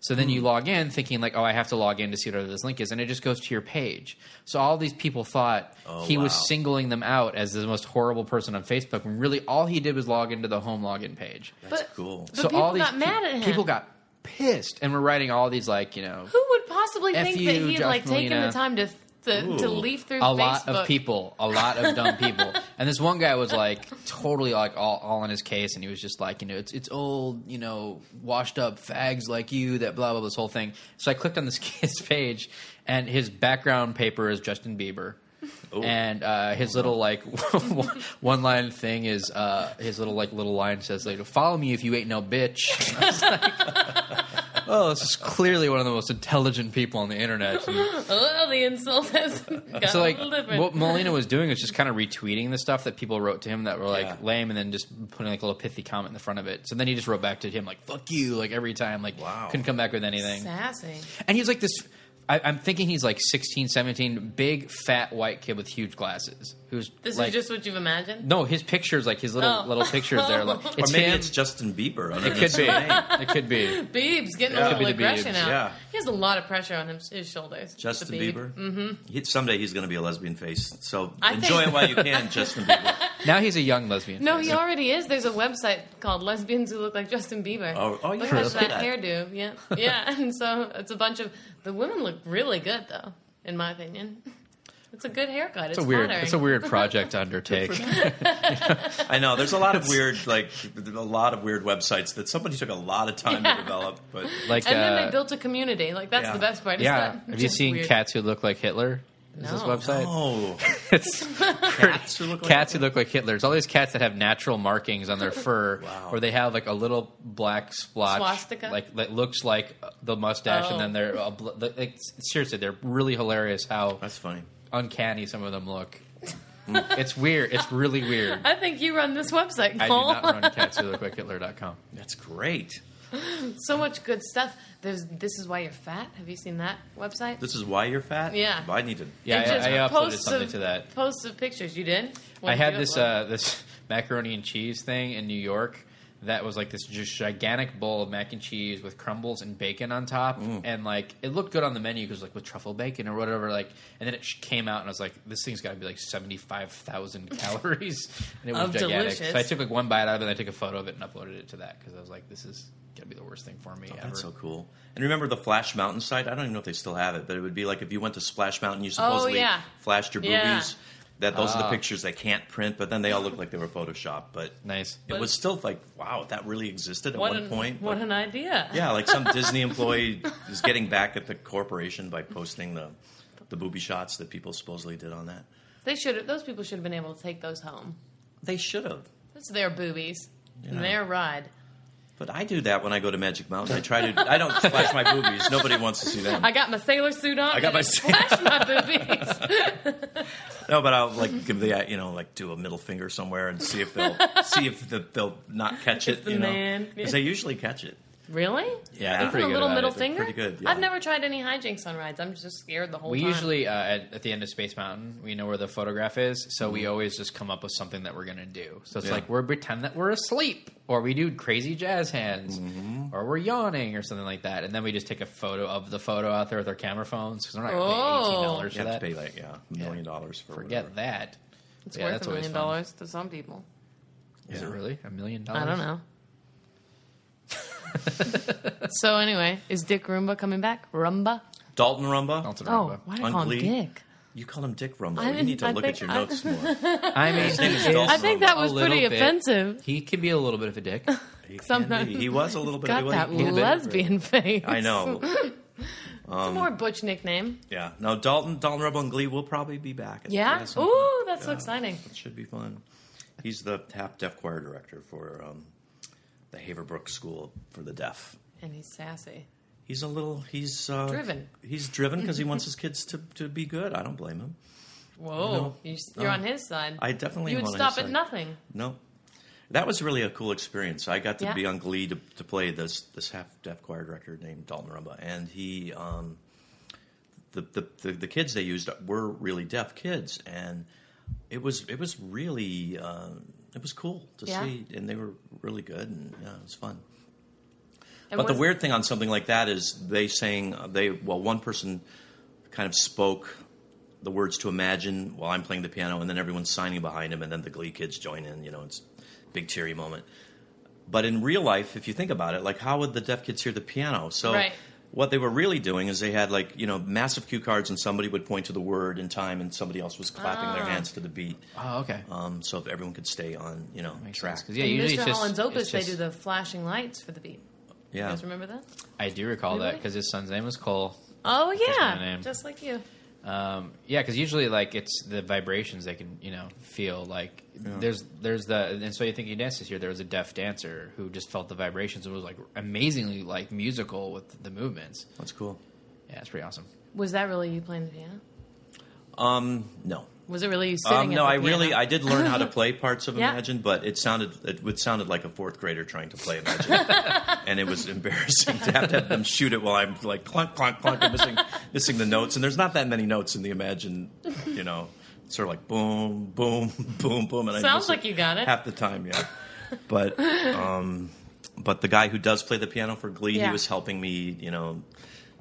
Speaker 2: So then
Speaker 4: Hmm.
Speaker 2: you log in thinking like, oh, I have to log in to see what this link is, and it just goes to your page. So all these people thought
Speaker 4: Oh,
Speaker 2: he
Speaker 4: wow.
Speaker 2: was singling them out as the most horrible person on Facebook, when really all he did was log into the home login page.
Speaker 4: That's
Speaker 3: but
Speaker 4: cool.
Speaker 3: But people got mad
Speaker 2: pe-
Speaker 3: at him.
Speaker 2: People got pissed, and were writing all these like, you know,
Speaker 3: Who would possibly
Speaker 2: F
Speaker 3: think
Speaker 2: you,
Speaker 3: that he had
Speaker 2: Josh
Speaker 3: like taken the
Speaker 2: Molina.
Speaker 3: time to th- to
Speaker 4: Ooh.
Speaker 3: leaf through
Speaker 2: a
Speaker 3: Facebook?
Speaker 2: lot of people, a lot of dumb
Speaker 3: (laughs)
Speaker 2: people. And this one guy was like totally like all, all in his case, and he was just like, you know, it's it's old, you know, washed up fags like you that blah blah this whole thing. So I clicked on this (laughs) kid's page, and his background paper is Justin Bieber.
Speaker 4: Ooh.
Speaker 2: And uh, his little like (laughs) one line thing is uh, his little like little line says like follow me if you ain't no bitch. (laughs) And I was like, (laughs) oh, this is clearly one of the most intelligent people on the
Speaker 3: (laughs)
Speaker 2: internet. And
Speaker 3: Well, Oh, the insult (laughs) has
Speaker 2: (laughs)
Speaker 3: got
Speaker 2: so like
Speaker 3: a little different.
Speaker 2: what Molina was doing was just kind of retweeting the stuff that people wrote to him that were like
Speaker 4: Yeah.
Speaker 2: lame, and then just putting like a little pithy comment in the front of it. So then he just wrote back to him like "fuck you" like every time, like
Speaker 4: Wow.
Speaker 2: couldn't come back with anything.
Speaker 3: Sassy.
Speaker 2: And he's like this. I, I'm thinking he's like 16, 17, big fat white kid with huge glasses. Who's
Speaker 3: This
Speaker 2: like,
Speaker 3: is just what you've imagined.
Speaker 2: no his pictures like his little
Speaker 3: Oh.
Speaker 2: little pictures there. Like,
Speaker 3: (laughs) Or
Speaker 2: it's
Speaker 4: or maybe
Speaker 2: him.
Speaker 4: it's Justin Bieber.
Speaker 2: it could be. it could be.
Speaker 3: Beebs getting a
Speaker 4: Yeah.
Speaker 3: little
Speaker 2: Could be the
Speaker 3: aggression
Speaker 2: Biebs.
Speaker 3: out.
Speaker 4: Yeah.
Speaker 3: He has a lot of pressure on him, his shoulders.
Speaker 4: Justin
Speaker 3: (laughs) The Bieb.
Speaker 4: Bieber. Mm-hmm. He, someday he's going to be a lesbian face. So
Speaker 3: I
Speaker 4: enjoy
Speaker 3: think-
Speaker 4: it while
Speaker 3: (laughs)
Speaker 4: you can, Justin Bieber.
Speaker 2: Now he's a young lesbian.
Speaker 3: No,
Speaker 2: face.
Speaker 3: he already is. There's a website called Lesbians Who Look Like Justin Bieber.
Speaker 4: Oh, oh, yeah,
Speaker 3: Look
Speaker 4: I
Speaker 3: at
Speaker 4: see
Speaker 3: that
Speaker 4: that.
Speaker 3: hairdo.
Speaker 4: (laughs)
Speaker 3: Yeah. Yeah. And so it's a bunch of. The women look really good, though, in my opinion. It's a good haircut. It's,
Speaker 2: It's a weird.
Speaker 3: flattering.
Speaker 2: It's a weird project to
Speaker 3: (laughs)
Speaker 2: undertake.
Speaker 4: I know there's a lot of weird, like a lot of weird websites that somebody took a lot of time
Speaker 3: Yeah.
Speaker 4: to develop. But
Speaker 2: Like
Speaker 3: And then
Speaker 2: uh,
Speaker 3: they built a community. Like, that's
Speaker 4: yeah.
Speaker 3: the best part. It's
Speaker 2: Yeah.
Speaker 3: not
Speaker 2: Have you
Speaker 3: just
Speaker 2: seen
Speaker 3: weird.
Speaker 2: cats who look like Hitler? Is this
Speaker 3: No.
Speaker 2: website?
Speaker 4: oh,
Speaker 3: (laughs)
Speaker 2: It's
Speaker 4: cats who look like
Speaker 2: cats who look like Hitler. It's all these cats that have natural markings
Speaker 3: (laughs)
Speaker 2: on their fur,
Speaker 4: Wow.
Speaker 2: or they have like a little black splotch,
Speaker 3: Swastika?
Speaker 2: like that looks like the mustache,
Speaker 3: Oh.
Speaker 2: and then they're a bl- the- like, seriously, they're really hilarious how
Speaker 4: That's funny.
Speaker 2: uncanny some of them
Speaker 3: (laughs)
Speaker 2: look. Mm. it's weird. It's really weird.
Speaker 3: I think you run this website,
Speaker 2: I do
Speaker 3: Cole.
Speaker 2: not
Speaker 3: (laughs)
Speaker 2: run cats who look like Hitler.com.
Speaker 4: That's great.
Speaker 3: so much good stuff. There's This Is Why You're Fat. Have you seen that website?
Speaker 4: This is why you're fat.
Speaker 3: Yeah.
Speaker 4: I need to.
Speaker 2: Yeah,
Speaker 3: It
Speaker 2: I-
Speaker 3: just
Speaker 2: I, uploaded
Speaker 3: posts
Speaker 2: something
Speaker 3: of-
Speaker 2: to that.
Speaker 3: Posts of pictures. You did? What
Speaker 2: I
Speaker 3: did
Speaker 2: had
Speaker 3: you
Speaker 2: this
Speaker 3: upload?
Speaker 2: uh, this (laughs) macaroni and cheese thing in New York that was like this just gigantic bowl of mac and cheese with crumbles and bacon on top,
Speaker 4: Mm.
Speaker 2: and like it looked good on the menu because like with truffle bacon or whatever, like, and then it sh- came out and I was like, this thing's got to be like seventy five
Speaker 3: (laughs)
Speaker 2: thousand calories, and it was
Speaker 3: Of
Speaker 2: gigantic.
Speaker 3: delicious.
Speaker 2: So I took like one bite out of it, and I took a photo of it and uploaded it to that because I was like, this is gonna be the worst thing for me ever.
Speaker 4: Oh, That's so cool. And remember the Flash Mountain site? I don't even know if they still have it, but it would be like if you went to Splash Mountain, you supposedly
Speaker 3: Oh, yeah.
Speaker 4: flashed your boobies.
Speaker 3: Yeah.
Speaker 4: That those are the
Speaker 2: Ah.
Speaker 4: pictures they can't print, but then they all look like they were photoshopped. But
Speaker 2: Nice.
Speaker 4: it was still like, wow, that really existed at
Speaker 3: what
Speaker 4: one
Speaker 3: an,
Speaker 4: point.
Speaker 3: What
Speaker 4: Like,
Speaker 3: an idea.
Speaker 4: yeah, like some
Speaker 3: (laughs)
Speaker 4: Disney employee is getting back at the corporation by posting the the booby shots that people supposedly did on that.
Speaker 3: They should have. Those people should have been able to take those home.
Speaker 4: They should have.
Speaker 3: That's their boobies
Speaker 4: Yeah.
Speaker 3: and their ride.
Speaker 4: But I do that when I go to Magic Mountain. I try to. I don't flash my boobies. Nobody wants to see them.
Speaker 3: I got my sailor suit on.
Speaker 4: I
Speaker 3: and
Speaker 4: got (laughs) my
Speaker 3: it
Speaker 4: sailor-
Speaker 3: flashed my boobies.
Speaker 4: No, but I'll like give the you know like do a middle finger somewhere and see if they'll see if the, they'll not catch it.
Speaker 3: the
Speaker 4: you know,
Speaker 3: man.
Speaker 4: because they usually catch it.
Speaker 3: (laughs) really?
Speaker 4: Yeah,
Speaker 2: They're
Speaker 3: Even
Speaker 2: pretty
Speaker 3: a
Speaker 2: good
Speaker 3: little
Speaker 2: at
Speaker 3: middle
Speaker 2: it. They're
Speaker 3: finger.
Speaker 4: pretty good, yeah.
Speaker 3: I've never tried any hijinks on rides. I'm just scared the whole
Speaker 2: We
Speaker 3: time.
Speaker 2: usually uh, at, at the end of Space Mountain, we know where the photograph is, so we always just come up with something that we're gonna do. So it's
Speaker 4: Mm-hmm. Yeah.
Speaker 2: like we're pretend that we're asleep, or we do crazy jazz hands,
Speaker 4: Mm-hmm.
Speaker 2: or we're yawning, or something like that, and then we just take a photo of the photo out there with our camera phones because we're not gonna pay
Speaker 3: Oh.
Speaker 2: eighteen dollars
Speaker 4: You
Speaker 2: for
Speaker 4: have to
Speaker 2: that.
Speaker 4: pay like yeah, a million dollars for
Speaker 2: Forget
Speaker 4: whatever.
Speaker 2: that.
Speaker 3: it's
Speaker 2: yeah,
Speaker 3: worth
Speaker 2: that's
Speaker 3: a
Speaker 2: always
Speaker 3: million
Speaker 2: fun.
Speaker 3: dollars to some people.
Speaker 2: Is it
Speaker 4: Yeah.
Speaker 2: really a million dollars?
Speaker 3: I don't know. (laughs) so anyway, is Dick Roomba coming back? Rumba?
Speaker 4: Dalton Rumba.
Speaker 2: Don't
Speaker 3: Oh,
Speaker 2: remember.
Speaker 3: why do I call him
Speaker 4: Unglee.
Speaker 3: Dick?
Speaker 4: You call him Dick Rumba.
Speaker 3: I
Speaker 4: you need to
Speaker 3: didn't- I
Speaker 4: look at
Speaker 3: think
Speaker 4: your
Speaker 3: I- (laughs)
Speaker 4: notes more.
Speaker 2: I mean,
Speaker 4: name is
Speaker 2: he is
Speaker 4: Dalton.
Speaker 3: I think that
Speaker 2: a
Speaker 3: was
Speaker 2: little
Speaker 3: pretty
Speaker 2: bit-
Speaker 3: offensive.
Speaker 2: He can be a little bit of a
Speaker 3: (laughs)
Speaker 2: dick.
Speaker 4: He, can
Speaker 3: Sometimes-
Speaker 4: be. he was a little bit.
Speaker 3: Got
Speaker 4: of a-
Speaker 3: that
Speaker 4: he was a bit-
Speaker 3: lesbian face.
Speaker 4: I know.
Speaker 3: (laughs) It's a more butch nickname.
Speaker 4: Yeah. No, Dalton Dalton Rumba and Glee will probably be back. at-
Speaker 3: Yeah.
Speaker 4: at some point.
Speaker 3: Ooh, that's so
Speaker 4: Yeah.
Speaker 3: exciting.
Speaker 4: It should be fun. He's the half deaf choir director for um, the Haverbrook School for the Deaf.
Speaker 3: And he's sassy.
Speaker 4: He's a little. He's uh,
Speaker 3: Driven.
Speaker 4: He's driven because he
Speaker 3: (laughs)
Speaker 4: wants his kids to, to be good. I don't blame him.
Speaker 3: Whoa,
Speaker 4: No.
Speaker 3: you, you're
Speaker 4: No.
Speaker 3: on his side.
Speaker 4: I definitely
Speaker 3: You
Speaker 4: am
Speaker 3: would
Speaker 4: on
Speaker 3: stop
Speaker 4: his
Speaker 3: at
Speaker 4: side.
Speaker 3: nothing.
Speaker 4: No, that was really a cool experience. I got to
Speaker 3: Yeah.
Speaker 4: be on Glee to, to play this this half deaf choir director named Dalton Rumba, and he um, the, the the the kids they used were really deaf kids, and it was it was really uh, it was cool to
Speaker 3: Yeah.
Speaker 4: see, and they were really good, and yeah, it was fun.
Speaker 3: And
Speaker 4: but the
Speaker 3: was-
Speaker 4: weird thing on something like that is they sang uh, they well one person kind of spoke the words to imagine while I'm playing the piano, and then everyone's signing behind him, and then the Glee kids join in. You know, it's a big teary moment. But in real life, if you think about it, like how would the deaf kids hear the piano? So
Speaker 3: Right.
Speaker 4: what they were really doing is they had like you know massive cue cards, and somebody would point to the word in time, and somebody else was clapping their
Speaker 3: Ah.
Speaker 4: hands to the beat.
Speaker 2: Oh, okay.
Speaker 4: Um, so if everyone could stay on, you know, track.
Speaker 2: Because, yeah,
Speaker 3: in
Speaker 2: usually
Speaker 3: Mr.
Speaker 2: it's just-
Speaker 3: Holland's
Speaker 2: it's
Speaker 3: Opus,
Speaker 2: just,
Speaker 3: they do the flashing lights for the beat. You
Speaker 4: yeah,
Speaker 3: guys remember that?
Speaker 2: I do recall that
Speaker 3: Really?
Speaker 2: because his son's name was Cole.
Speaker 3: Oh
Speaker 2: my
Speaker 3: yeah,
Speaker 2: name.
Speaker 3: just like you.
Speaker 2: Um, yeah, because usually like it's the vibrations they can you know feel like there's there's the and so you think you dance this year. There was a deaf dancer who just felt the vibrations and was like amazingly like musical with the movements.
Speaker 4: that's cool.
Speaker 2: Yeah, it's pretty awesome.
Speaker 3: Was that really you playing the piano?
Speaker 4: No,
Speaker 3: Was it really you sitting?
Speaker 4: Um,
Speaker 3: at
Speaker 4: no,
Speaker 3: the
Speaker 4: I
Speaker 3: piano?
Speaker 4: really I did learn
Speaker 3: (laughs)
Speaker 4: how to play parts of
Speaker 3: Yeah.
Speaker 4: Imagine, but it sounded it, would sounded like a fourth grader trying to play Imagine,
Speaker 3: (laughs)
Speaker 4: and it was embarrassing to have to have them shoot it while I'm like clunk clunk clunk and missing missing the notes, and there's not that many notes in the Imagine, you know, sort of like boom boom (laughs) boom boom, and I
Speaker 3: Sounds
Speaker 4: miss
Speaker 3: like you got it.
Speaker 4: half the time, yeah, but. um but the guy who does play the piano for Glee,
Speaker 3: Yeah.
Speaker 4: he was helping me, you know,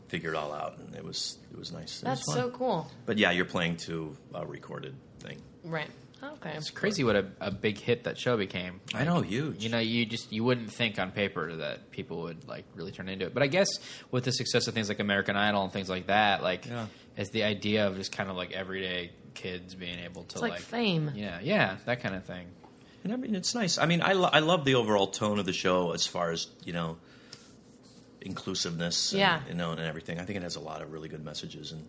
Speaker 4: figure it all out, and it was it was nice. It was
Speaker 3: That's
Speaker 4: fun.
Speaker 3: so cool.
Speaker 4: But yeah, you're playing to a recorded thing.
Speaker 3: Right. Okay.
Speaker 2: It's crazy what a, a big hit that show became.
Speaker 4: I know, huge.
Speaker 2: You know, you just you wouldn't think on paper that people would like really turn into it. But I guess with the success of things like American Idol and things like that, like
Speaker 4: Yeah.
Speaker 2: it's the idea of just kind of like everyday kids being able to
Speaker 3: It's like fame.
Speaker 2: Yeah, yeah, that kind of thing.
Speaker 4: and I mean, it's nice. I mean, I, lo- I love the overall tone of the show as far as you know, inclusiveness, and,
Speaker 3: Yeah.
Speaker 4: you know, and everything. I think it has a lot of really good messages, and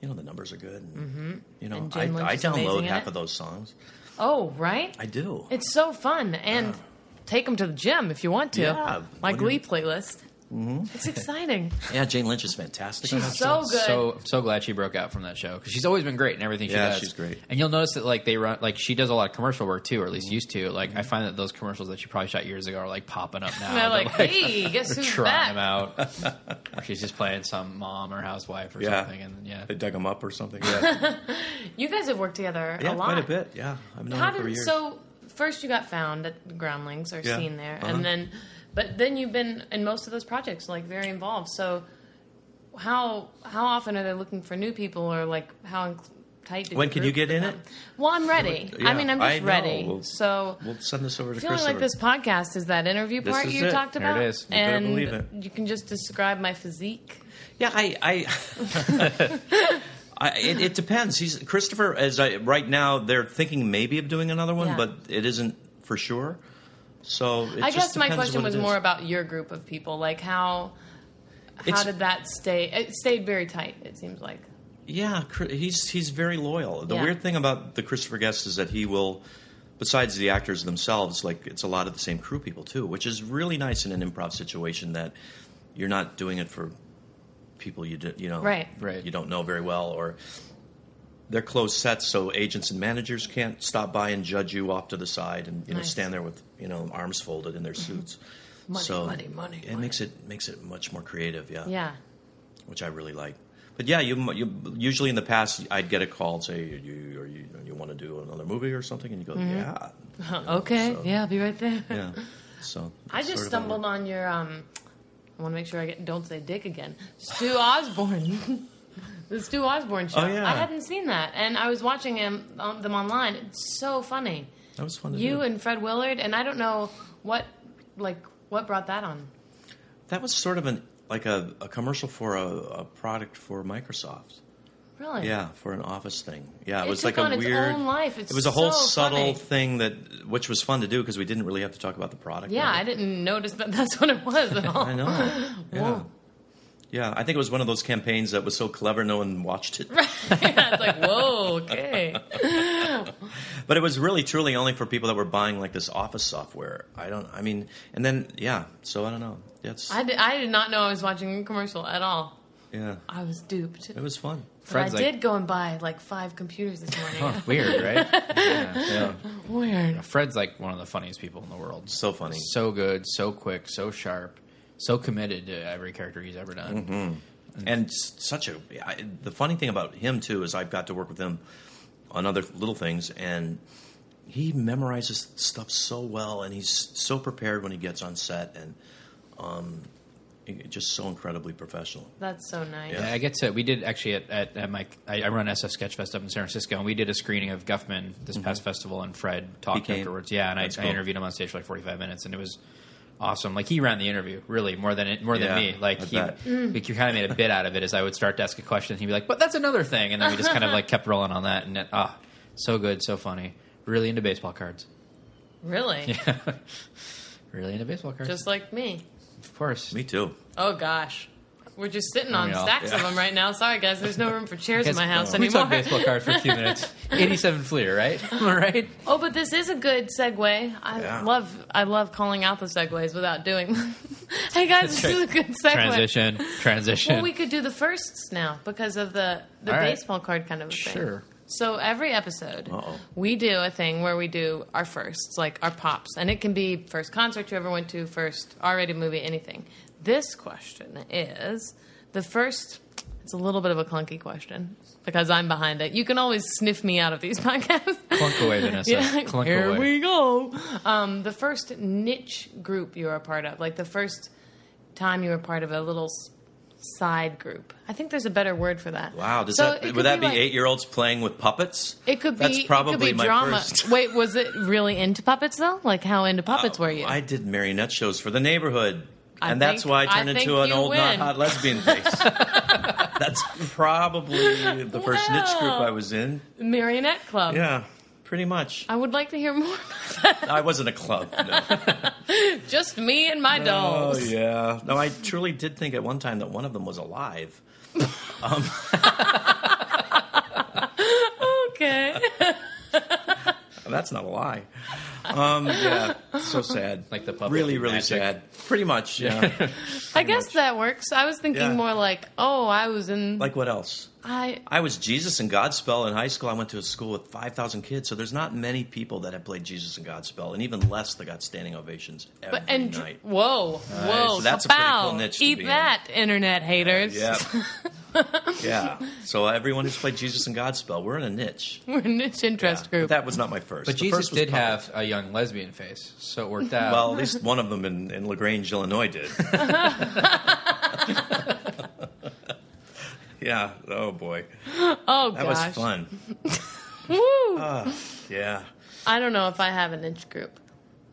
Speaker 4: you know, the numbers are good. And, You know,
Speaker 3: Mm-hmm. And
Speaker 4: I,
Speaker 3: Jane Lynch
Speaker 4: I
Speaker 3: is amazing
Speaker 4: download
Speaker 3: in
Speaker 4: half
Speaker 3: it.
Speaker 4: of those songs.
Speaker 3: Oh, right.
Speaker 4: I do.
Speaker 3: It's so fun and take them to the gym if you want to.
Speaker 4: Yeah,
Speaker 3: My
Speaker 4: when
Speaker 3: Glee
Speaker 4: you're-
Speaker 3: playlist.
Speaker 4: Mm-hmm.
Speaker 3: It's
Speaker 4: (laughs)
Speaker 3: exciting.
Speaker 4: yeah, Jane Lynch is fantastic.
Speaker 3: She's
Speaker 4: on that
Speaker 3: so
Speaker 4: show.
Speaker 3: good.
Speaker 2: So I'm so glad she broke out from that show because she's always been great in everything she
Speaker 4: Yeah,
Speaker 2: does.
Speaker 4: she's great. Mm-hmm.
Speaker 2: And you'll notice that like they run like she does a lot of commercial work too, or at least used to. Like I find that those commercials that she probably shot years ago are like popping
Speaker 3: (laughs)
Speaker 2: up now.
Speaker 3: and
Speaker 4: Oh,
Speaker 3: they're
Speaker 2: They're,
Speaker 3: like,
Speaker 4: (laughs)
Speaker 3: hey, guess who's
Speaker 2: trying
Speaker 3: back?
Speaker 2: them out, or she's just playing some mom or housewife or
Speaker 4: Yeah.
Speaker 2: something. And yeah,
Speaker 4: They dug him up
Speaker 3: (laughs)
Speaker 4: or something. Yeah,
Speaker 3: You guys have worked together
Speaker 4: yeah
Speaker 3: a lot.
Speaker 4: quite a bit. Yeah, I've known
Speaker 3: How
Speaker 4: her for
Speaker 3: did
Speaker 4: years.
Speaker 3: so? First, you got found at Groundlings or
Speaker 4: Yeah.
Speaker 3: seen there,
Speaker 4: Uh-huh.
Speaker 3: and then, but then you've been in most of those projects, like very involved. So, how how often are they looking for new people, or like how inc- tight? did
Speaker 4: When
Speaker 3: the
Speaker 4: can you
Speaker 3: group
Speaker 4: get in
Speaker 3: become?
Speaker 4: it?
Speaker 3: Well, I'm ready.
Speaker 4: Yeah,
Speaker 3: I mean, I'm just
Speaker 4: I know.
Speaker 3: ready.
Speaker 4: We'll-
Speaker 3: so
Speaker 4: we'll send this over to
Speaker 3: feeling
Speaker 4: Chris.
Speaker 3: like this podcast is that interview
Speaker 4: This
Speaker 3: part
Speaker 4: is
Speaker 3: you
Speaker 4: it.
Speaker 3: talked
Speaker 2: There
Speaker 3: about.
Speaker 2: it is. You
Speaker 4: better
Speaker 3: and
Speaker 4: believe it.
Speaker 3: you can just describe my physique.
Speaker 4: Yeah, I, I, (laughs) I it, it depends. He's Christopher. As I right now, they're thinking maybe of doing another one,
Speaker 3: Yeah.
Speaker 4: but it isn't for sure. So it
Speaker 3: I
Speaker 4: just
Speaker 3: guess my
Speaker 4: depends
Speaker 3: question
Speaker 4: what
Speaker 3: was
Speaker 4: it is.
Speaker 3: more about your group of people, like how how
Speaker 4: It's-
Speaker 3: did that stay? It stayed very tight. It seems like.
Speaker 4: Yeah, Chri- he's he's very loyal. The
Speaker 3: Yeah.
Speaker 4: weird thing about the Christopher Guest is that he will, besides the actors themselves, like it's a lot of the same crew people too, which is really nice in an improv situation that you're not doing it for people you do, you know
Speaker 3: Right.
Speaker 2: Right.
Speaker 4: you don't know very well or they're closed sets so agents and managers can't stop by and judge you off to the side and you know
Speaker 3: Nice. Mm-hmm.
Speaker 4: stand there with you know arms folded in their suits.
Speaker 3: Money,
Speaker 4: so
Speaker 3: money, money,
Speaker 4: It
Speaker 3: money.
Speaker 4: makes it makes it much more creative.
Speaker 3: Yeah.
Speaker 4: which I really like. But yeah, you, you usually in the past I'd get a call and say, "You you, or you, you want to do another movie or something?" And you go,
Speaker 3: Mm-hmm.
Speaker 4: "Yeah,
Speaker 3: Okay.
Speaker 4: so-
Speaker 3: yeah, I'll be right there. (laughs)
Speaker 4: yeah." So
Speaker 3: I
Speaker 4: it's
Speaker 3: just
Speaker 4: sort of
Speaker 3: stumbled
Speaker 4: a-
Speaker 3: on your. um I want to make sure I get, don't say dick again.
Speaker 4: (laughs)
Speaker 3: Stu Osborne. (laughs) the Stu Osborne show.
Speaker 4: Oh, yeah.
Speaker 3: I hadn't seen that, and I was watching him um, them online. It's so funny.
Speaker 4: That was fun. To
Speaker 3: You
Speaker 4: do.
Speaker 3: and Fred Willard, and I don't know what like what brought that on.
Speaker 4: that was sort of an like a, a commercial for a, a product for Microsoft.
Speaker 3: Really?
Speaker 4: Yeah, for an office thing. Yeah, it,
Speaker 3: It
Speaker 4: was
Speaker 3: took
Speaker 4: like
Speaker 3: on
Speaker 4: a
Speaker 3: its
Speaker 4: weird.
Speaker 3: own life. It's
Speaker 4: it was a whole
Speaker 3: so
Speaker 4: subtle
Speaker 3: funny.
Speaker 4: thing that, which was fun to do because we didn't really have to talk about the product.
Speaker 3: Yeah, I
Speaker 4: really.
Speaker 3: didn't notice that that's what it was at all.
Speaker 4: (laughs) I
Speaker 3: (laughs)
Speaker 4: know. Yeah.
Speaker 3: Whoa.
Speaker 4: yeah, I think it was one of those campaigns that was so clever no one watched it.
Speaker 3: yeah, it's like, whoa,
Speaker 4: (laughs)
Speaker 3: okay.
Speaker 4: But it was really truly only for people that were buying like this office software. I don't. I mean, and then yeah. So I don't know. That's
Speaker 3: I did, I did not know I was watching a commercial at all.
Speaker 4: yeah.
Speaker 3: I was duped.
Speaker 4: It was fun.
Speaker 3: But I
Speaker 2: Fred's like-
Speaker 3: did go and buy like five computers this morning.
Speaker 2: Huh, (laughs) weird, right?
Speaker 4: Yeah.
Speaker 3: (laughs) Weird.
Speaker 2: Fred's like one of the funniest people in the world.
Speaker 4: (laughs) So funny.
Speaker 2: so good, so quick, so sharp, so committed to every character he's ever
Speaker 4: Mm-hmm.
Speaker 2: done.
Speaker 3: Mm.
Speaker 4: And s- such a I, the funny thing about him too is I've got to work with him on other little things, and he memorizes stuff so well, and he's so prepared when he gets on set, and um, just so incredibly professional.
Speaker 3: That's so nice.
Speaker 4: Yeah.
Speaker 2: I get to. We did actually at, at, at my. I, I run SF Sketchfest up in San Francisco, and we did a screening of Guffman this past festival, and Fred talked
Speaker 4: Mm-hmm. came.
Speaker 2: afterwards. Yeah, and I,
Speaker 4: That's
Speaker 2: I
Speaker 4: cool.
Speaker 2: interviewed him on stage for like forty five minutes, and it was awesome. Like he ran the interview really more than it, more
Speaker 4: Yeah,
Speaker 2: than me. Like
Speaker 4: I
Speaker 2: he,
Speaker 4: bet.
Speaker 3: Mm.
Speaker 2: like you kind of made a bit out of it. As I would start to ask a question, he'd be like, "But that's another thing," and then we just kind of
Speaker 3: (laughs)
Speaker 2: like kept rolling on that, and it, ah, so good, so funny. Really into baseball cards. (laughs)
Speaker 3: Really?
Speaker 2: Really into baseball cards.
Speaker 3: Just like me.
Speaker 2: of course.
Speaker 4: Me too.
Speaker 3: Oh gosh. We're just sitting on
Speaker 2: we all?
Speaker 3: stacks of them right now. Sorry guys, there's no room for chairs
Speaker 2: Guys,
Speaker 3: in my house
Speaker 2: we
Speaker 3: anymore.
Speaker 2: talked baseball cards for a few minutes. Eighty-seven Fleer, right? All right.
Speaker 3: (laughs) Oh, but this is a good segue. I
Speaker 4: Yeah.
Speaker 3: love I love calling out the segues without doing (laughs) them. hey guys, this is a good (laughs) segue.
Speaker 2: transition, transition.
Speaker 3: Well, we could do the firsts now because of the the
Speaker 2: All right.
Speaker 3: baseball card kind of a thing.
Speaker 2: Sure.
Speaker 3: So every episode,
Speaker 4: Uh-oh.
Speaker 3: we do a thing where we do our firsts, like our pops, and it can be first concert you ever went to, first R-rated movie, anything. This question is the first. It's a little bit of a clunky question because I'm behind it. You can always sniff me out of these (laughs) podcasts.
Speaker 2: Clunk away, Vanessa.
Speaker 3: Yeah,
Speaker 2: Clunk
Speaker 3: here
Speaker 2: away.
Speaker 3: we go. Um, the first niche group you were a part of, like the first time you were part of a little s- side group. I think there's a better word for that.
Speaker 4: Wow, does
Speaker 3: So it
Speaker 4: that
Speaker 3: could
Speaker 4: would that be,
Speaker 3: like-
Speaker 4: eight year olds playing with puppets?
Speaker 3: It could be.
Speaker 4: That's probably
Speaker 3: it could be
Speaker 4: my
Speaker 3: drama. (laughs)
Speaker 4: first. Uh,
Speaker 3: Wait, was it really into puppets though? Like how into puppets were you?
Speaker 4: Oh, I did marionette shows for the neighborhood,
Speaker 3: I
Speaker 4: and that's
Speaker 3: think-
Speaker 4: why I
Speaker 3: I
Speaker 4: turned
Speaker 3: think
Speaker 4: into an
Speaker 3: you
Speaker 4: old
Speaker 3: win.
Speaker 4: not hot
Speaker 3: (laughs)
Speaker 4: lesbian face. that's probably the first niche group
Speaker 3: Wow.
Speaker 4: I was in.
Speaker 3: Marionette Club.
Speaker 4: Yeah, pretty much.
Speaker 3: I would like to hear (laughs) more.
Speaker 4: I wasn't a club.
Speaker 3: (laughs)
Speaker 4: No.
Speaker 3: Just me and my
Speaker 4: Oh
Speaker 3: dolls.
Speaker 4: yeah. No, I truly did think at one time that one of them was alive.
Speaker 3: Okay.
Speaker 4: That's not a lie. Um, yeah, so sad.
Speaker 2: Like the puppet
Speaker 4: really,
Speaker 2: with
Speaker 4: really
Speaker 2: magic.
Speaker 4: sad. Pretty
Speaker 2: (laughs)
Speaker 4: much. Yeah.
Speaker 3: (laughs) I guess that works. I was thinking
Speaker 4: Yeah.
Speaker 3: more like, oh, I was in.
Speaker 4: like what else?
Speaker 3: I
Speaker 4: I was Jesus and Godspell in high school. I went to a school with 5,000 kids, so there's not many people that have played Jesus and Godspell, and even less that got standing ovations every
Speaker 3: But and dr-
Speaker 4: night.
Speaker 3: whoa, whoa,
Speaker 4: so that's a pretty
Speaker 3: kapow.
Speaker 4: cool niche to
Speaker 3: Eat
Speaker 4: be in.
Speaker 3: that, internet haters.
Speaker 4: Yeah. yeah. So everyone who's played Jesus and Godspell, we're in a niche.
Speaker 3: (laughs) We're a niche interest
Speaker 4: Yeah. But
Speaker 3: group.
Speaker 4: that was not my first.
Speaker 2: but
Speaker 4: The
Speaker 2: Jesus
Speaker 4: first was
Speaker 2: did
Speaker 4: puppets.
Speaker 2: have uh, a young lesbian face, so it
Speaker 3: Mm-hmm.
Speaker 2: worked out.
Speaker 4: Well, at least one of them in, in LaGrange,
Speaker 3: (laughs)
Speaker 4: Illinois did. (laughs) yeah. Oh, boy.
Speaker 3: oh
Speaker 4: That
Speaker 3: gosh,
Speaker 4: was fun. Ah,
Speaker 3: Woo.
Speaker 4: Yeah.
Speaker 3: I don't know if I have a niche group.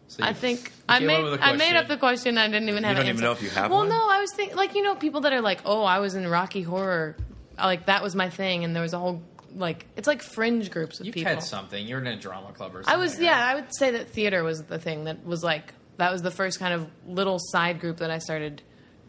Speaker 2: So
Speaker 3: I
Speaker 2: you-
Speaker 3: think I
Speaker 2: came up with
Speaker 3: made
Speaker 2: a
Speaker 3: I made
Speaker 2: question.
Speaker 3: up the question. I didn't even have.
Speaker 4: don't
Speaker 3: an answer.
Speaker 4: even know if you have
Speaker 3: Well,
Speaker 4: one?
Speaker 3: no, I was thinking like you know people that are like, oh, I was in Rocky Horror, like that was my thing, and there was a whole like it's like fringe groups of
Speaker 2: you
Speaker 3: people.
Speaker 2: had something. You were in a drama club or something.
Speaker 3: I was yeah, I would say that theater was the thing that was like that was the first kind of little side group that I started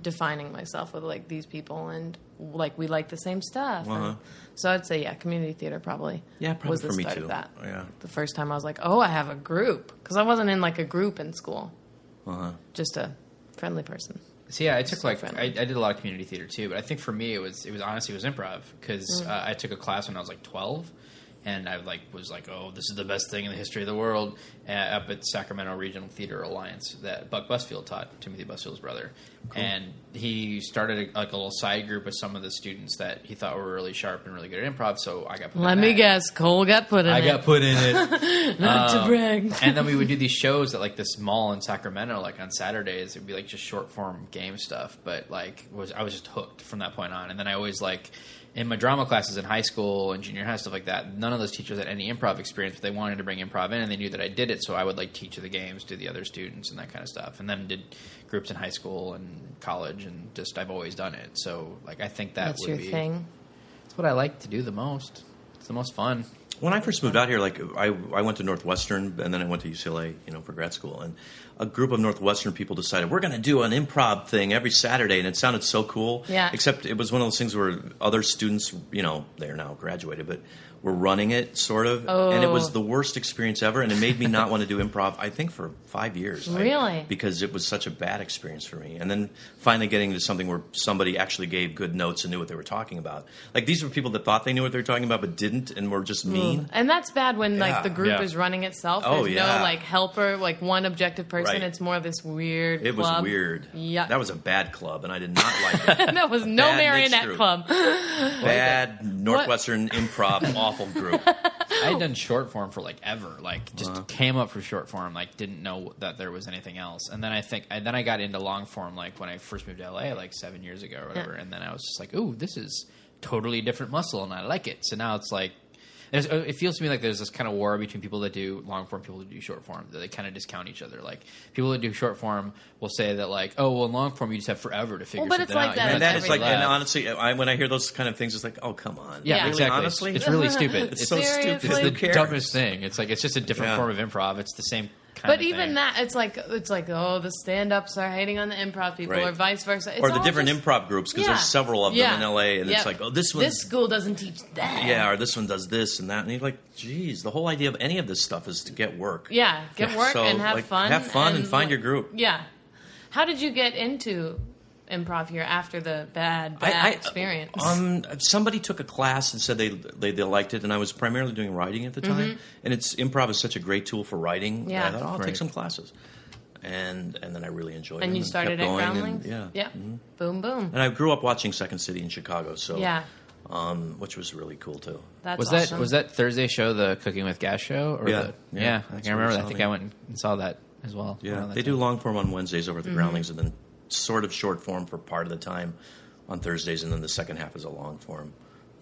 Speaker 3: defining myself with like these people and like we like the same stuff.
Speaker 4: Uh-huh.
Speaker 3: And so I'd say yeah, community theater probably.
Speaker 4: Yeah, probably
Speaker 3: was the
Speaker 4: for me
Speaker 3: start
Speaker 4: too.
Speaker 3: of that.
Speaker 4: Yeah.
Speaker 3: The first time I was like, "Oh, I have a group." Cuz I wasn't in like a group in school.
Speaker 4: Uh-huh.
Speaker 3: Just a friendly person.
Speaker 2: So yeah, I took like
Speaker 3: friendly.
Speaker 2: I, I did a lot of community theater too, but I think for me it was it was honestly it was improv because
Speaker 3: Mm-hmm.
Speaker 2: uh, I took a class when I was like twelve, and I like was like oh this is the best thing in the history of the world uh, up at Sacramento Regional Theater Alliance that Buck Busfield taught Timothy Busfield's brother, and he started a, like a little side group with some of the students that he thought were really sharp and really good at improv. So I got put in
Speaker 3: Let me
Speaker 2: that.
Speaker 3: guess, Cole got put in
Speaker 2: I
Speaker 3: it.
Speaker 2: got put in
Speaker 3: (laughs)
Speaker 2: it.
Speaker 3: Not
Speaker 4: uh,
Speaker 3: to brag.
Speaker 2: and then we
Speaker 3: (laughs)
Speaker 2: would do these shows at like this mall in Sacramento, like on Saturdays. It'd be like just short form game stuff, but like was I was just hooked from that point on. And then I always like in my drama classes in high school and junior high stuff like that. None of those teachers had any improv experience, but they wanted to bring improv in, and they knew that I did it, so I would like teach the games to the other students and that kind of stuff. And then did groups in high school and college, and just I've always done it. So like I think that
Speaker 3: That's
Speaker 2: would
Speaker 3: your
Speaker 2: be
Speaker 3: thing.
Speaker 2: It's what I like to do the most. It's the most fun.
Speaker 4: When I first moved out here, like I, I went to Northwestern and then I went to UCLA, you know, for grad school. And a group of Northwestern people decided we're going to do an improv thing every Saturday, and it sounded so cool.
Speaker 3: Yeah.
Speaker 4: Except it was one of those things where other students, you know, they're now graduated, but were running it sort of, and it
Speaker 3: Oh.
Speaker 4: was the worst experience ever, and it made me not want to do improv. I think for five years, I-
Speaker 3: Really?
Speaker 4: because it was such a bad experience for me. And then finally getting to something where somebody actually gave good notes and knew what they were talking about. Like these were people that thought they knew what they were talking about, but didn't, and were just mean.
Speaker 3: And that's bad when like
Speaker 4: Yeah.
Speaker 3: the group
Speaker 2: Yeah.
Speaker 3: is running itself.
Speaker 4: Oh,
Speaker 3: There's
Speaker 4: yeah.
Speaker 3: no like helper, like one objective person.
Speaker 4: Right.
Speaker 3: It's more this weird.
Speaker 4: It was
Speaker 3: club.
Speaker 4: weird.
Speaker 3: Yeah,
Speaker 4: That was a bad club, and I did not like
Speaker 3: (laughs)
Speaker 4: it.
Speaker 3: that was no
Speaker 4: bad niche
Speaker 3: marionette
Speaker 4: group.
Speaker 3: club. (laughs)
Speaker 4: bad Northwestern improv, awful group.
Speaker 2: I I had done short form for like ever. Like just came up for short form. Like didn't know that there was anything else. And then I think and then I got into long form. Like when I first moved to LA, like seven years ago or whatever. And then I was just like, ooh, this is totally different muscle, and I like it. So now it's like. there's- uh, It feels to me like there's this kind of war between people that do long form, people that do short form. That they kind of discount each other. Like people that do short form will say that, like, "Oh, well, in long form you just have forever to figure
Speaker 3: but it's
Speaker 2: something
Speaker 3: like
Speaker 2: out."
Speaker 3: that
Speaker 2: You're
Speaker 3: in
Speaker 4: And
Speaker 2: not
Speaker 4: that
Speaker 3: That's
Speaker 4: is
Speaker 2: doing
Speaker 4: like,
Speaker 3: every
Speaker 2: left.
Speaker 4: and honestly, I, when I hear those kind of things, it's like, oh, come on.
Speaker 2: Yeah,
Speaker 4: Really,
Speaker 2: exactly.
Speaker 4: honestly?
Speaker 2: It's really stupid.
Speaker 4: (laughs) It's
Speaker 2: It's,
Speaker 4: so stupid.
Speaker 3: Seriously?
Speaker 4: Who
Speaker 2: the
Speaker 4: cares?
Speaker 2: dumbest thing. It's like it's just a different
Speaker 4: Yeah.
Speaker 2: form of improv. It's the same kind
Speaker 3: But
Speaker 2: of
Speaker 3: even
Speaker 2: thing.
Speaker 3: that, it's like it's like oh, the stand-ups are hating on the improv people,
Speaker 4: Right.
Speaker 3: or vice versa, it's
Speaker 4: or the
Speaker 3: all
Speaker 4: different
Speaker 3: just-
Speaker 4: improv groups because
Speaker 3: Yeah.
Speaker 4: there's several of them
Speaker 3: Yeah.
Speaker 4: in LA, and
Speaker 3: Yep.
Speaker 4: it's like, oh, this one's
Speaker 3: This school doesn't teach that.
Speaker 4: yeah, or this one does this and that, and you're like, geez, the whole idea of any of this stuff is to get work.
Speaker 3: Yeah, get
Speaker 4: Yeah.
Speaker 3: work
Speaker 4: So,
Speaker 3: and have
Speaker 4: like,
Speaker 3: fun.
Speaker 4: have fun and find your group.
Speaker 3: Yeah. How did you get into improv here after the bad
Speaker 4: I-
Speaker 3: bad
Speaker 4: I-
Speaker 3: experience?
Speaker 4: Um, somebody took a class and said they, they they liked it, and I was primarily doing writing at the time. And it's improv is such a great tool for writing. and
Speaker 3: Mm-hmm. Yeah.
Speaker 4: I thought oh, I'll take
Speaker 2: Right.
Speaker 4: some classes, and and then I really enjoyed it.
Speaker 3: and you started
Speaker 4: kept
Speaker 3: at
Speaker 4: going
Speaker 3: Groundlings.
Speaker 4: and- yeah, Mm-hmm.
Speaker 3: Yeah. Boom boom.
Speaker 4: And I grew up watching Second City in Chicago, so
Speaker 3: yeah.
Speaker 4: um, which was really cool too.
Speaker 3: That's
Speaker 2: was
Speaker 3: awesome.
Speaker 2: that was that Thursday show the Cooking with Gas show? Or
Speaker 4: Yeah.
Speaker 2: the,
Speaker 4: Yeah,
Speaker 2: yeah,
Speaker 4: that's
Speaker 2: I
Speaker 4: what
Speaker 2: can remember.
Speaker 4: you
Speaker 2: that. I
Speaker 4: saw
Speaker 2: think
Speaker 4: me.
Speaker 2: I went and saw that as well.
Speaker 4: Yeah,
Speaker 2: around that
Speaker 4: they do
Speaker 2: time.
Speaker 4: long form on Wednesdays over at the
Speaker 3: Mm-hmm.
Speaker 4: Groundlings, and then sort of short form for part of the time on Thursdays, and then the second half is a long form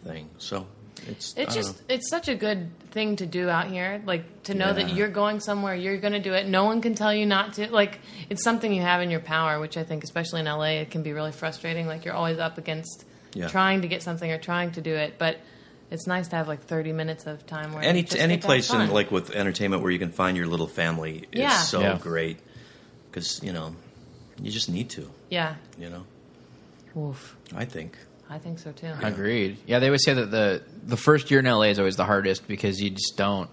Speaker 4: thing. So it's uh, I
Speaker 3: It's
Speaker 4: don't
Speaker 3: just
Speaker 4: know.
Speaker 3: it's such a good thing to do out here, like to know that
Speaker 4: Yeah.
Speaker 3: you're going somewhere, you're going to do it. No one can tell you not to. Like it's something you have in your power, which I think especially in LA it can be really frustrating like you're always up against
Speaker 4: Yeah.
Speaker 3: trying to get something or trying to do it, but it's nice to have like 30 minutes of time where you
Speaker 4: any
Speaker 3: just
Speaker 4: any
Speaker 3: get to have
Speaker 4: place in
Speaker 3: fun.
Speaker 4: like with entertainment where you can find your little family is
Speaker 3: Yeah.
Speaker 4: so
Speaker 2: Yeah.
Speaker 4: great because you know you just need to
Speaker 3: Yeah.
Speaker 4: you know
Speaker 3: Oof.
Speaker 4: I think
Speaker 3: I think so too.
Speaker 2: Agreed. Yeah, they always say that the the first year in LA is always the hardest because you just don't.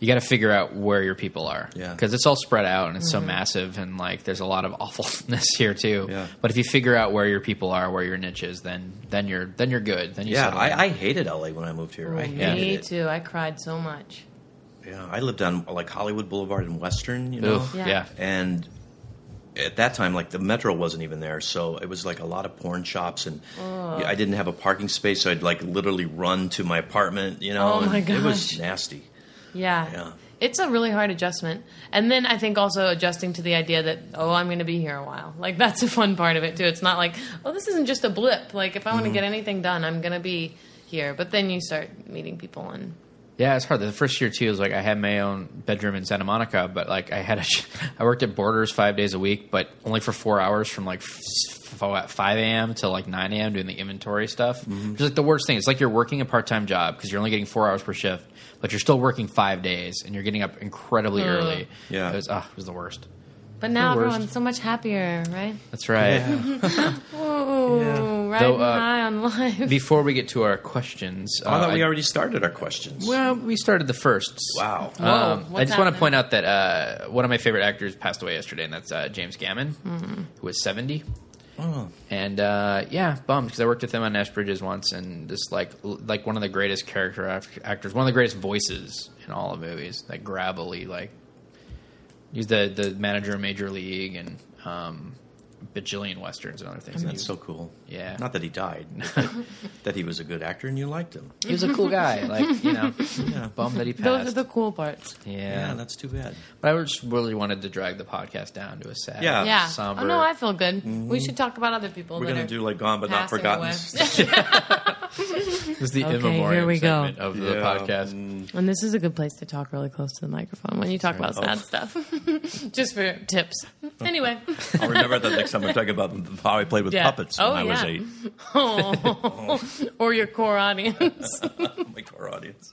Speaker 2: You got to figure out where your people are.
Speaker 4: Yeah.
Speaker 2: Because it's all spread out and it's
Speaker 3: Mm-hmm.
Speaker 2: so massive and like there's a lot of (laughs) awfulness here too.
Speaker 4: Yeah.
Speaker 2: But if you figure out where your people are, where your niche is, then then you're then you're good. Then you
Speaker 4: yeah
Speaker 2: settle in.
Speaker 4: I, I hated LA when I moved here I hated
Speaker 3: Oh, Me
Speaker 4: it
Speaker 3: too. I cried so much.
Speaker 4: yeah I lived on like Hollywood Boulevard and Western you know
Speaker 2: Oof,
Speaker 3: Yeah.
Speaker 2: yeah.
Speaker 4: and at that time like the metro wasn't even there so it was like a lot of porn shops and
Speaker 3: Oh.
Speaker 4: i didn't have a parking space so i'd like literally run to my apartment you know
Speaker 3: Oh, my
Speaker 4: and it was
Speaker 3: gosh.
Speaker 4: nasty
Speaker 3: Yeah.
Speaker 4: Yeah.
Speaker 3: It's a really hard adjustment. And then I think also adjusting to the idea that, oh, I'm going to be here a while. Like, that's a fun part of it, too. It's not like, oh, this isn't just a blip. Like, if I
Speaker 2: Mm-hmm.
Speaker 3: want to get anything done, I'm going to be here. But then you start meeting people and.
Speaker 2: Yeah, it's hard. The first year too is like I had my own bedroom in Santa Monica, but like I had a, (laughs) I worked at Borders five days a week, but only for four hours from like f- f- five a.m. to like nine a.m. doing the inventory stuff.
Speaker 4: Mm-hmm.
Speaker 2: Which is like the worst thing. It's like you're working a part-time job because you're only getting four hours per shift, but you're still working five days and you're getting up incredibly early.
Speaker 4: Yeah.
Speaker 2: it was, ah, it was the worst.
Speaker 3: But now
Speaker 2: The worst.
Speaker 3: everyone's so much happier, right?
Speaker 2: That's right.
Speaker 3: Ooh, riding
Speaker 2: Though, uh,
Speaker 3: high on
Speaker 2: (laughs)
Speaker 3: life.
Speaker 2: Before we get to our questions,
Speaker 4: i
Speaker 2: uh,
Speaker 4: thought we
Speaker 2: I-
Speaker 4: already started our questions
Speaker 2: well, we started the first.
Speaker 4: wow
Speaker 2: Um,
Speaker 3: Whoa,
Speaker 2: I
Speaker 3: what's
Speaker 2: just want to
Speaker 3: happening?
Speaker 2: point out that uh, one of my favorite actors passed away yesterday, and that's uh, James Gammon,
Speaker 3: Mm-hmm.
Speaker 2: who was 70. And uh, yeah, bummed because I worked with him on Nash Bridges once, and just like l- like one of the greatest character act- actors, one of the greatest voices in all of movies, like gravelly, like he's the the manager of Major League and um, bajillion westerns and other things. And
Speaker 4: that's so cool
Speaker 2: Yeah.
Speaker 4: not that he died
Speaker 3: (laughs)
Speaker 4: that he was a good actor and you liked him
Speaker 2: he was a cool guy, like you know, bummed that he
Speaker 3: Those are
Speaker 2: passed.
Speaker 3: the cool parts.
Speaker 4: yeah
Speaker 2: yeah,
Speaker 4: that's too bad
Speaker 2: but I just really wanted to drag the podcast down to a sad,
Speaker 4: Yeah.
Speaker 3: Yeah.
Speaker 2: somber. Mm-hmm.
Speaker 3: Oh, no, I feel good. We should talk about other people.
Speaker 4: we're
Speaker 3: that
Speaker 4: gonna
Speaker 3: are
Speaker 4: do like gone but not
Speaker 3: passing
Speaker 4: forgotten
Speaker 3: away.
Speaker 2: This is the
Speaker 3: Okay,
Speaker 2: okay,
Speaker 3: here we go.
Speaker 2: segment of the
Speaker 4: Yeah.
Speaker 2: podcast.
Speaker 3: And this is a good place to talk really close to the microphone when you talk about sad
Speaker 2: Oh.
Speaker 3: stuff. (laughs) Just for tips.
Speaker 2: (laughs)
Speaker 3: Anyway.
Speaker 4: (laughs) i'll remember that next time we're talking about how i played with
Speaker 3: Yeah.
Speaker 4: puppets when
Speaker 3: Oh,
Speaker 4: i was
Speaker 3: yeah.
Speaker 4: eight (laughs)
Speaker 3: Oh. (laughs) or your core audience. (laughs)
Speaker 4: my core audience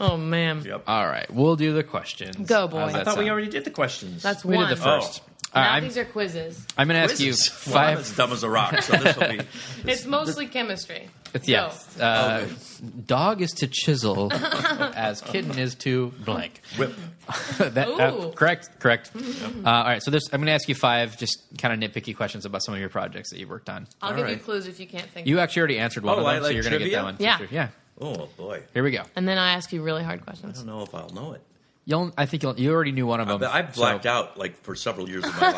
Speaker 3: Oh, man.
Speaker 4: yep
Speaker 2: All right, we'll do the questions.
Speaker 3: Go, boy.
Speaker 2: How's
Speaker 3: I
Speaker 2: that
Speaker 4: i thought we
Speaker 2: sound?
Speaker 4: already did the questions
Speaker 3: That's
Speaker 2: we
Speaker 3: one.
Speaker 2: did the first. All
Speaker 3: Oh.
Speaker 4: Uh,
Speaker 3: Now
Speaker 2: right, I'm,
Speaker 3: these are quizzes.
Speaker 2: I'm going to ask you
Speaker 4: Quizzes. Well, I'm (laughs)
Speaker 2: five.
Speaker 4: as dumb as a rock, so this will
Speaker 2: (laughs)
Speaker 4: be.
Speaker 3: It's mostly chemistry.
Speaker 2: it's- yeah,
Speaker 3: Go. Oh.
Speaker 2: uh, dog is to
Speaker 3: (laughs)
Speaker 2: chisel as kitten is to blank. (laughs)
Speaker 4: Whip.
Speaker 2: that, uh,
Speaker 3: Ooh.
Speaker 2: correct,
Speaker 3: (laughs)
Speaker 2: correct. Uh, all right, so there's, I'm going to ask you five just kind of nitpicky questions about some of your projects that you've worked on.
Speaker 3: I'll
Speaker 4: all
Speaker 3: give you
Speaker 4: right.
Speaker 3: clues if you can't think.
Speaker 2: You actually already answered one
Speaker 4: Oh,
Speaker 2: of
Speaker 4: I
Speaker 2: them, so
Speaker 4: like
Speaker 2: you're going to get
Speaker 4: trivia?
Speaker 2: that one. for
Speaker 3: Yeah.
Speaker 2: sure. yeah.
Speaker 4: Oh boy,
Speaker 2: Here we go.
Speaker 3: and then I ask you really hard
Speaker 4: I
Speaker 3: questions.
Speaker 4: don't know if I'll know it.
Speaker 2: You'll, I think you'll, you already knew one of them.
Speaker 4: But I blacked out like for several years of my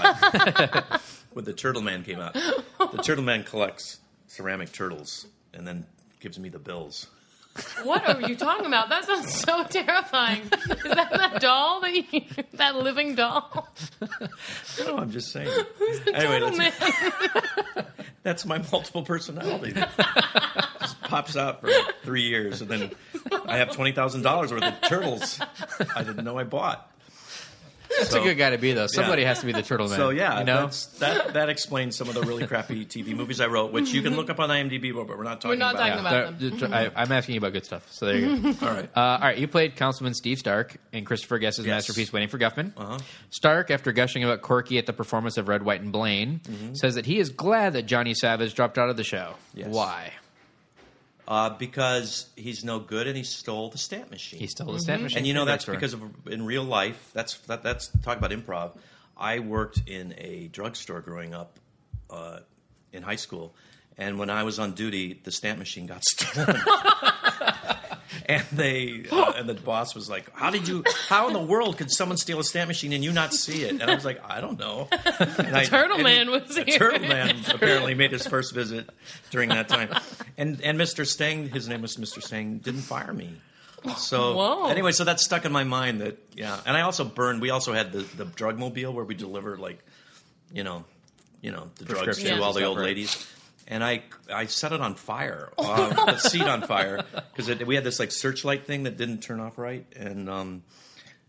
Speaker 4: life (laughs) when the Turtle Man came out. The Turtle Man collects ceramic turtles and then gives me the bills.
Speaker 3: (laughs) What are you talking about? That sounds so (laughs) terrifying. Is that that doll that you, (laughs) that living
Speaker 4: (laughs)
Speaker 3: doll?
Speaker 4: No, I'm just saying.
Speaker 3: Anyway,
Speaker 4: anyway, that's, that's my multiple personality. just pops out for three years, and then I have twenty thousand dollars worth of turtles I didn't know I bought.
Speaker 2: That's a good guy to be though. Somebody has to be the turtle man.
Speaker 4: So yeah,
Speaker 2: you know,
Speaker 4: that's, that that explains some of the really crappy TV movies I wrote, which you can look up on IMDb, but we're not talking.
Speaker 3: We're not
Speaker 4: about
Speaker 3: talking
Speaker 4: it.
Speaker 3: about
Speaker 2: There-
Speaker 3: them.
Speaker 2: th- tr- I, am asking you about good stuff. So there you
Speaker 3: (laughs)
Speaker 2: go.
Speaker 4: All right.
Speaker 2: Uh, all right, you played Councilman Steve Stark in Christopher Guest's
Speaker 4: Yes.
Speaker 2: masterpiece, Waiting for Guffman. Uh-huh. Stark, after gushing about Corky at the performance of Red, White, and Blaine, says that he is glad that Johnny Savage dropped out of the show.
Speaker 4: Mm-hmm. Yes.
Speaker 2: Why?
Speaker 4: Uh, because he's no good, and he stole the stamp machine.
Speaker 2: He stole the stamp
Speaker 3: Mm-hmm.
Speaker 2: machine.
Speaker 4: And you know
Speaker 2: from
Speaker 4: that's
Speaker 2: Victor.
Speaker 4: because of in real life. That's that, that's talk about improv. I worked in a drugstore growing up uh, in high school, and when I was on duty, the stamp machine got (laughs) stolen. and they uh, and the boss was like, "How did you? How in the world could someone steal a stamp machine and you not see it?" And I was like, "I
Speaker 3: (laughs)
Speaker 4: don't know." And I-
Speaker 3: Turtle
Speaker 4: and
Speaker 3: Man (laughs) was
Speaker 4: the
Speaker 3: here.
Speaker 4: (laughs) Turtle Man apparently made his first visit during that time, and and Mr. Stang, his name was Mr. Stang, didn't fire me. So
Speaker 3: Whoa.
Speaker 4: anyway, so that stuck in my mind that yeah, and I also burned. We also had the the drug mobile where we delivered like, you know, you know the drugs to
Speaker 3: Prescriptions
Speaker 4: all the
Speaker 2: and
Speaker 4: old
Speaker 2: stuff, right.
Speaker 4: ladies. And I I set it
Speaker 3: (laughs)
Speaker 4: on fire, uh, the seat on fire because we had this like searchlight thing that didn't turn off right, and um,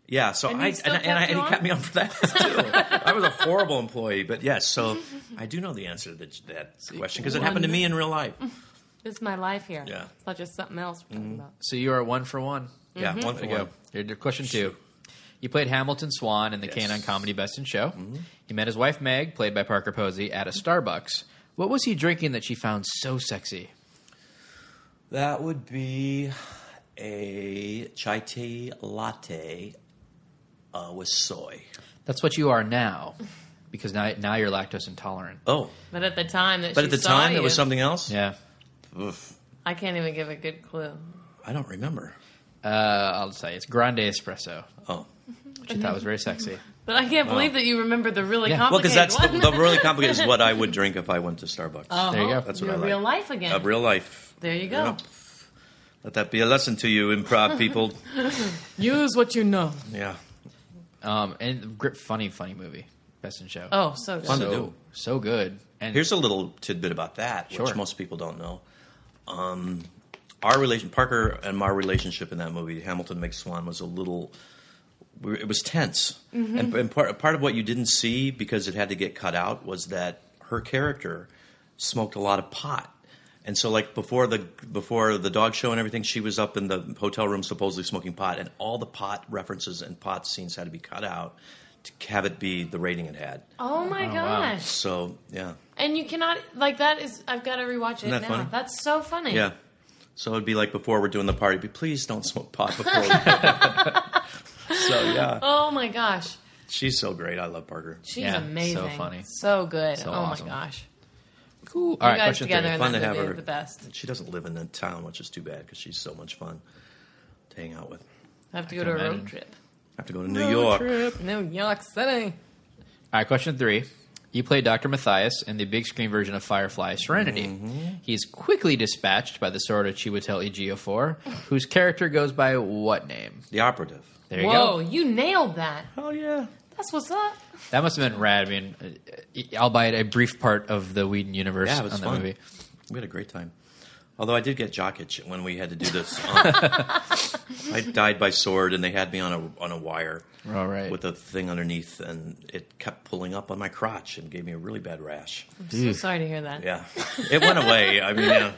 Speaker 4: yeah, so
Speaker 3: And
Speaker 4: I
Speaker 3: he
Speaker 4: and,
Speaker 3: still
Speaker 4: I- and, I,
Speaker 3: kept
Speaker 4: and
Speaker 3: you
Speaker 4: he
Speaker 3: on?
Speaker 4: kept me on
Speaker 3: (laughs)
Speaker 4: for that too. I was a horrible employee, but yes, so I do know the answer to that, that question because it happened to me in real life.
Speaker 2: Mm-hmm.
Speaker 3: It's my life here.
Speaker 4: Yeah. Mm-hmm.
Speaker 3: It's not just something else we're talking about.
Speaker 2: So you are one for one.
Speaker 4: Yeah, one for
Speaker 2: There you
Speaker 4: one.
Speaker 2: go. Your- your Question two. You played Hamilton Swan in the
Speaker 4: Yes. Mm-hmm.
Speaker 2: Canon Comedy Best in Show. You met his wife Meg, played by Parker Posey, at a Starbucks. What was he drinking that she found so sexy?
Speaker 4: That would be a chai tea latte uh, with soy.
Speaker 2: That's what you are now, because now now you're lactose intolerant.
Speaker 4: Oh,
Speaker 3: But at the time that
Speaker 4: but
Speaker 3: she
Speaker 4: at the
Speaker 3: saw
Speaker 4: time
Speaker 3: you,
Speaker 4: it was something else.
Speaker 2: Yeah,
Speaker 4: Oof,
Speaker 3: I can't even give a good clue.
Speaker 4: I don't remember.
Speaker 2: uh, I'll tell you, it's grande espresso,
Speaker 4: Oh,
Speaker 2: which I thought was very sexy.
Speaker 3: But I can't believe that you remember the really
Speaker 2: Yeah.
Speaker 4: well,
Speaker 3: complicated
Speaker 4: because that's the,
Speaker 3: one.
Speaker 4: the really complicated is what I would drink if I went to Starbucks.
Speaker 3: Uh-huh.
Speaker 2: There you go.
Speaker 4: That's what
Speaker 3: Your
Speaker 4: I like.
Speaker 3: real life again.
Speaker 4: Of real life.
Speaker 3: there you go.
Speaker 4: Yeah. Let that be a lesson to you, improv people.
Speaker 3: Use what you know.
Speaker 4: yeah.
Speaker 2: Um, and gr- funny, funny movie, Best in Show.
Speaker 3: Oh, so good.
Speaker 4: Fun to
Speaker 2: so
Speaker 4: do.
Speaker 2: so good. And
Speaker 4: Here's a little tidbit about that,
Speaker 2: Sure.
Speaker 4: which most people don't know. Um, our relation, Parker and my relationship in that movie, Hamilton Makes Swan, was a little. we were- It was tense, and, and part part of what you didn't see because it had to get cut out was that her character smoked a lot of pot, and so like before the before the dog show and everything, she was up in the hotel room supposedly smoking pot, and all the pot references and pot scenes had to be cut out to have it be the rating it had.
Speaker 3: Oh my gosh.
Speaker 4: So yeah.
Speaker 3: And you cannot like that is I've got to rewatch it
Speaker 4: that
Speaker 3: now.
Speaker 4: funny?
Speaker 3: That's so funny.
Speaker 4: Yeah. So it'd be like before we're doing the party, but please don't smoke pot before. We- so yeah,
Speaker 3: Oh my gosh.
Speaker 4: she's so great. I love Parker.
Speaker 3: She's
Speaker 2: Yeah, so
Speaker 3: amazing.
Speaker 2: funny.
Speaker 3: So good.
Speaker 2: So
Speaker 3: oh
Speaker 2: awesome.
Speaker 3: my gosh.
Speaker 2: cool. All
Speaker 3: You
Speaker 2: right,
Speaker 3: guys
Speaker 2: question
Speaker 3: together
Speaker 2: three.
Speaker 3: in
Speaker 4: Fun
Speaker 3: that
Speaker 4: to have
Speaker 3: movie
Speaker 4: her.
Speaker 3: are the best.
Speaker 4: She doesn't live in the town, which is too bad because she's so much fun to hang out with.
Speaker 3: I have to
Speaker 2: I
Speaker 3: go to
Speaker 2: can
Speaker 3: a
Speaker 2: imagine.
Speaker 3: road trip.
Speaker 4: I have to go to New York.
Speaker 3: New York City.
Speaker 2: All right, question three. You play Dr. Matthias in the big screen version of Firefly Serenity.
Speaker 4: Mm-hmm.
Speaker 2: He is quickly dispatched by the sword of Chiwetel Ejiofor, whose character goes by what name?
Speaker 4: The operative.
Speaker 2: There you
Speaker 3: Whoa,
Speaker 2: go.
Speaker 3: you nailed that.
Speaker 4: Oh yeah.
Speaker 3: That's what's up.
Speaker 2: That must have been rad. I mean, uh, albeit a brief part of the Whedon universe
Speaker 4: Yeah, it
Speaker 2: on
Speaker 4: was
Speaker 2: that
Speaker 4: fun.
Speaker 2: movie.
Speaker 4: We had a great time. Although I did get jock itch when we had to do this. Um, I died by sword, and they had me on a on a wire
Speaker 2: All right.
Speaker 4: with a thing underneath, and it kept pulling up on my crotch and gave me a really bad rash.
Speaker 3: So sorry to hear that.
Speaker 4: Yeah, it went away. I mean, uh,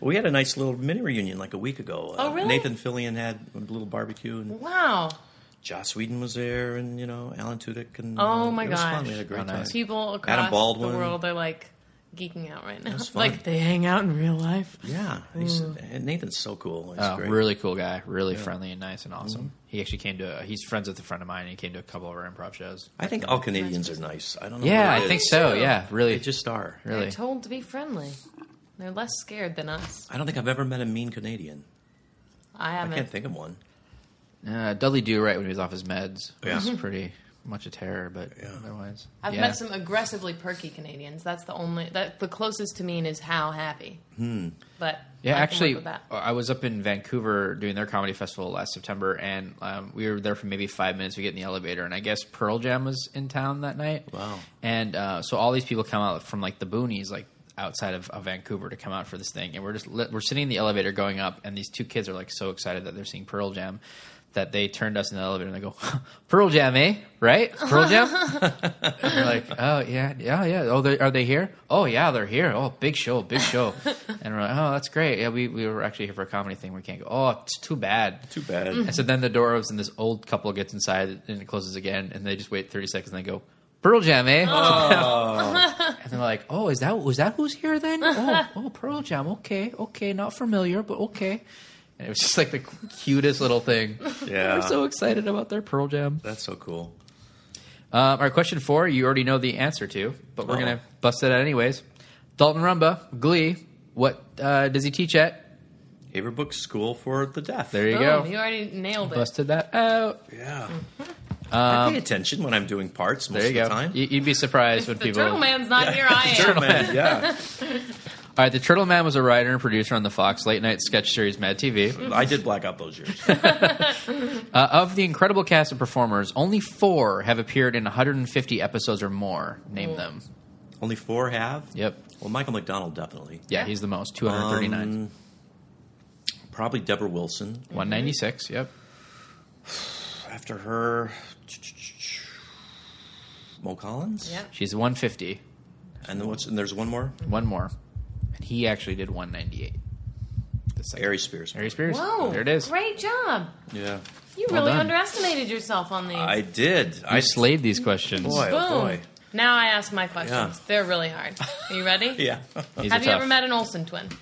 Speaker 4: we had a nice little mini reunion like a week ago. Uh,
Speaker 3: Oh, really?
Speaker 4: Nathan Fillion had a little barbecue, and
Speaker 3: Wow.
Speaker 4: Joss Whedon was there, and you know Alan Tudyk, and
Speaker 3: Oh,
Speaker 4: uh,
Speaker 3: my
Speaker 4: it was
Speaker 3: gosh.
Speaker 4: fun. We had a great
Speaker 2: Oh, nice.
Speaker 4: time.
Speaker 3: People across the
Speaker 4: Baldwin.
Speaker 3: world are like geeking out right now.
Speaker 4: was fun.
Speaker 3: (laughs) Like they hang out in real life.
Speaker 4: Yeah, he's,
Speaker 3: Mm.
Speaker 4: uh, and Nathan's so cool. He's
Speaker 2: Oh,
Speaker 4: great.
Speaker 2: really cool guy. Really friendly and nice and awesome.
Speaker 4: Mm-hmm.
Speaker 2: He actually came to. A, he's friends with a friend of mine. and He came to a couple of our improv shows.
Speaker 4: I think all Canadians are Oh, nice. I don't know.
Speaker 2: Yeah,
Speaker 4: what
Speaker 2: I
Speaker 4: it
Speaker 2: think
Speaker 4: is.
Speaker 2: so. Yeah, really,
Speaker 4: They just are.
Speaker 2: really.
Speaker 3: They're told to be friendly. They're less scared than us.
Speaker 4: I don't think I've ever met a mean Canadian.
Speaker 3: I
Speaker 4: I
Speaker 3: haven't.
Speaker 4: can't think of one.
Speaker 2: Uh, Dudley Do right when he was off his meds.
Speaker 4: Yeah.
Speaker 2: was pretty much of terror, but otherwise,
Speaker 3: I've
Speaker 2: yeah.
Speaker 3: met some aggressively perky Canadians. That's the only that the closest to mean is how happy. But
Speaker 2: Hmm. Yeah,
Speaker 3: I can
Speaker 2: actually, oh,
Speaker 3: work with that.
Speaker 2: I was up in Vancouver doing their comedy festival last September, and um, we were there for maybe five minutes. We get in the elevator, and I guess Pearl Jam was in town that night.
Speaker 4: Wow.
Speaker 2: And uh, so all these people come out from like the boonies, like outside of, of Vancouver, to come out for this thing, and we're just li- we're sitting in the elevator going up, and these two kids are like so excited that they're seeing Pearl Jam. That they turned us in the elevator and they go, (laughs) Pearl Jam, eh? Right?
Speaker 3: (laughs)
Speaker 2: Pearl Jam? And we're like, oh yeah, yeah, yeah. Oh, they, are they here? Oh yeah, they're here. Oh, big show, big show. and we're like, oh, that's great. Yeah, we, we were actually here for a comedy thing. We can't go. Oh, it's too bad.
Speaker 4: Too
Speaker 3: (laughs)
Speaker 4: bad.
Speaker 2: And so then the door opens and this old couple gets inside and it closes again and they just wait thirty seconds and they go. Pearl Jam, eh? (laughs)
Speaker 4: Oh.
Speaker 2: and they're like, "Oh, is that was that who's here then? Oh, oh, Pearl Jam. Okay, okay, not familiar, but okay." And it was just like the cutest little thing.
Speaker 4: Yeah.
Speaker 2: we're so excited about their Pearl Jam.
Speaker 4: That's so cool.
Speaker 2: Um, our question four, you already know the answer to, but we're
Speaker 4: Oh.
Speaker 2: gonna bust it out anyways. Dalton Rumba, Glee. What uh, does he teach at?
Speaker 4: Haverbrook School for the Deaf.
Speaker 2: There you
Speaker 3: Boom,
Speaker 4: Oh,
Speaker 2: go.
Speaker 3: You already nailed it.
Speaker 2: Busted that out.
Speaker 4: Yeah.
Speaker 3: Mm-hmm.
Speaker 4: I pay attention when I'm doing parts most
Speaker 2: Uh, There you
Speaker 4: of
Speaker 2: go.
Speaker 4: the time.
Speaker 2: You, would be surprised when
Speaker 3: If the
Speaker 2: people.
Speaker 3: turtle man's not here,
Speaker 2: (laughs)
Speaker 3: I am.
Speaker 4: Turtle
Speaker 3: (laughs)
Speaker 4: Man, yeah.
Speaker 2: All right, the Turtle Man was a writer and producer on the Fox late night sketch series Mad TV.
Speaker 4: I did black out
Speaker 3: (laughs)
Speaker 4: those years.
Speaker 2: Uh, of the incredible cast of performers, only four have appeared in 150 episodes or more. Name them.
Speaker 4: Only four have?
Speaker 2: Yep.
Speaker 4: Well, Michael McDonald definitely.
Speaker 2: Yeah,
Speaker 3: Yeah.
Speaker 2: he's the most. 239.
Speaker 4: Um, Probably Deborah Wilson.
Speaker 2: 196. Yep.
Speaker 4: After her, Mo Collins.
Speaker 3: Yep.
Speaker 2: She's 150.
Speaker 4: And then what's and there's one more.
Speaker 2: One more. And he actually did 198. The second.
Speaker 4: Ari Spears.
Speaker 2: Harry Spears.
Speaker 3: Whoa!
Speaker 2: There it is.
Speaker 3: Great job.
Speaker 4: Yeah.
Speaker 3: You
Speaker 2: Well
Speaker 3: really
Speaker 2: done.
Speaker 3: underestimated yourself on these.
Speaker 4: I did.
Speaker 2: I
Speaker 4: I
Speaker 2: slayed these questions.
Speaker 4: Boy,
Speaker 3: Boom.
Speaker 4: oh boy.
Speaker 3: Now I ask my questions.
Speaker 4: Yeah.
Speaker 3: They're really hard. Are you
Speaker 2: (laughs)
Speaker 3: ready?
Speaker 4: Yeah.
Speaker 2: These are
Speaker 3: Have you
Speaker 2: tough.
Speaker 3: ever met an Olsen twin?
Speaker 4: (laughs)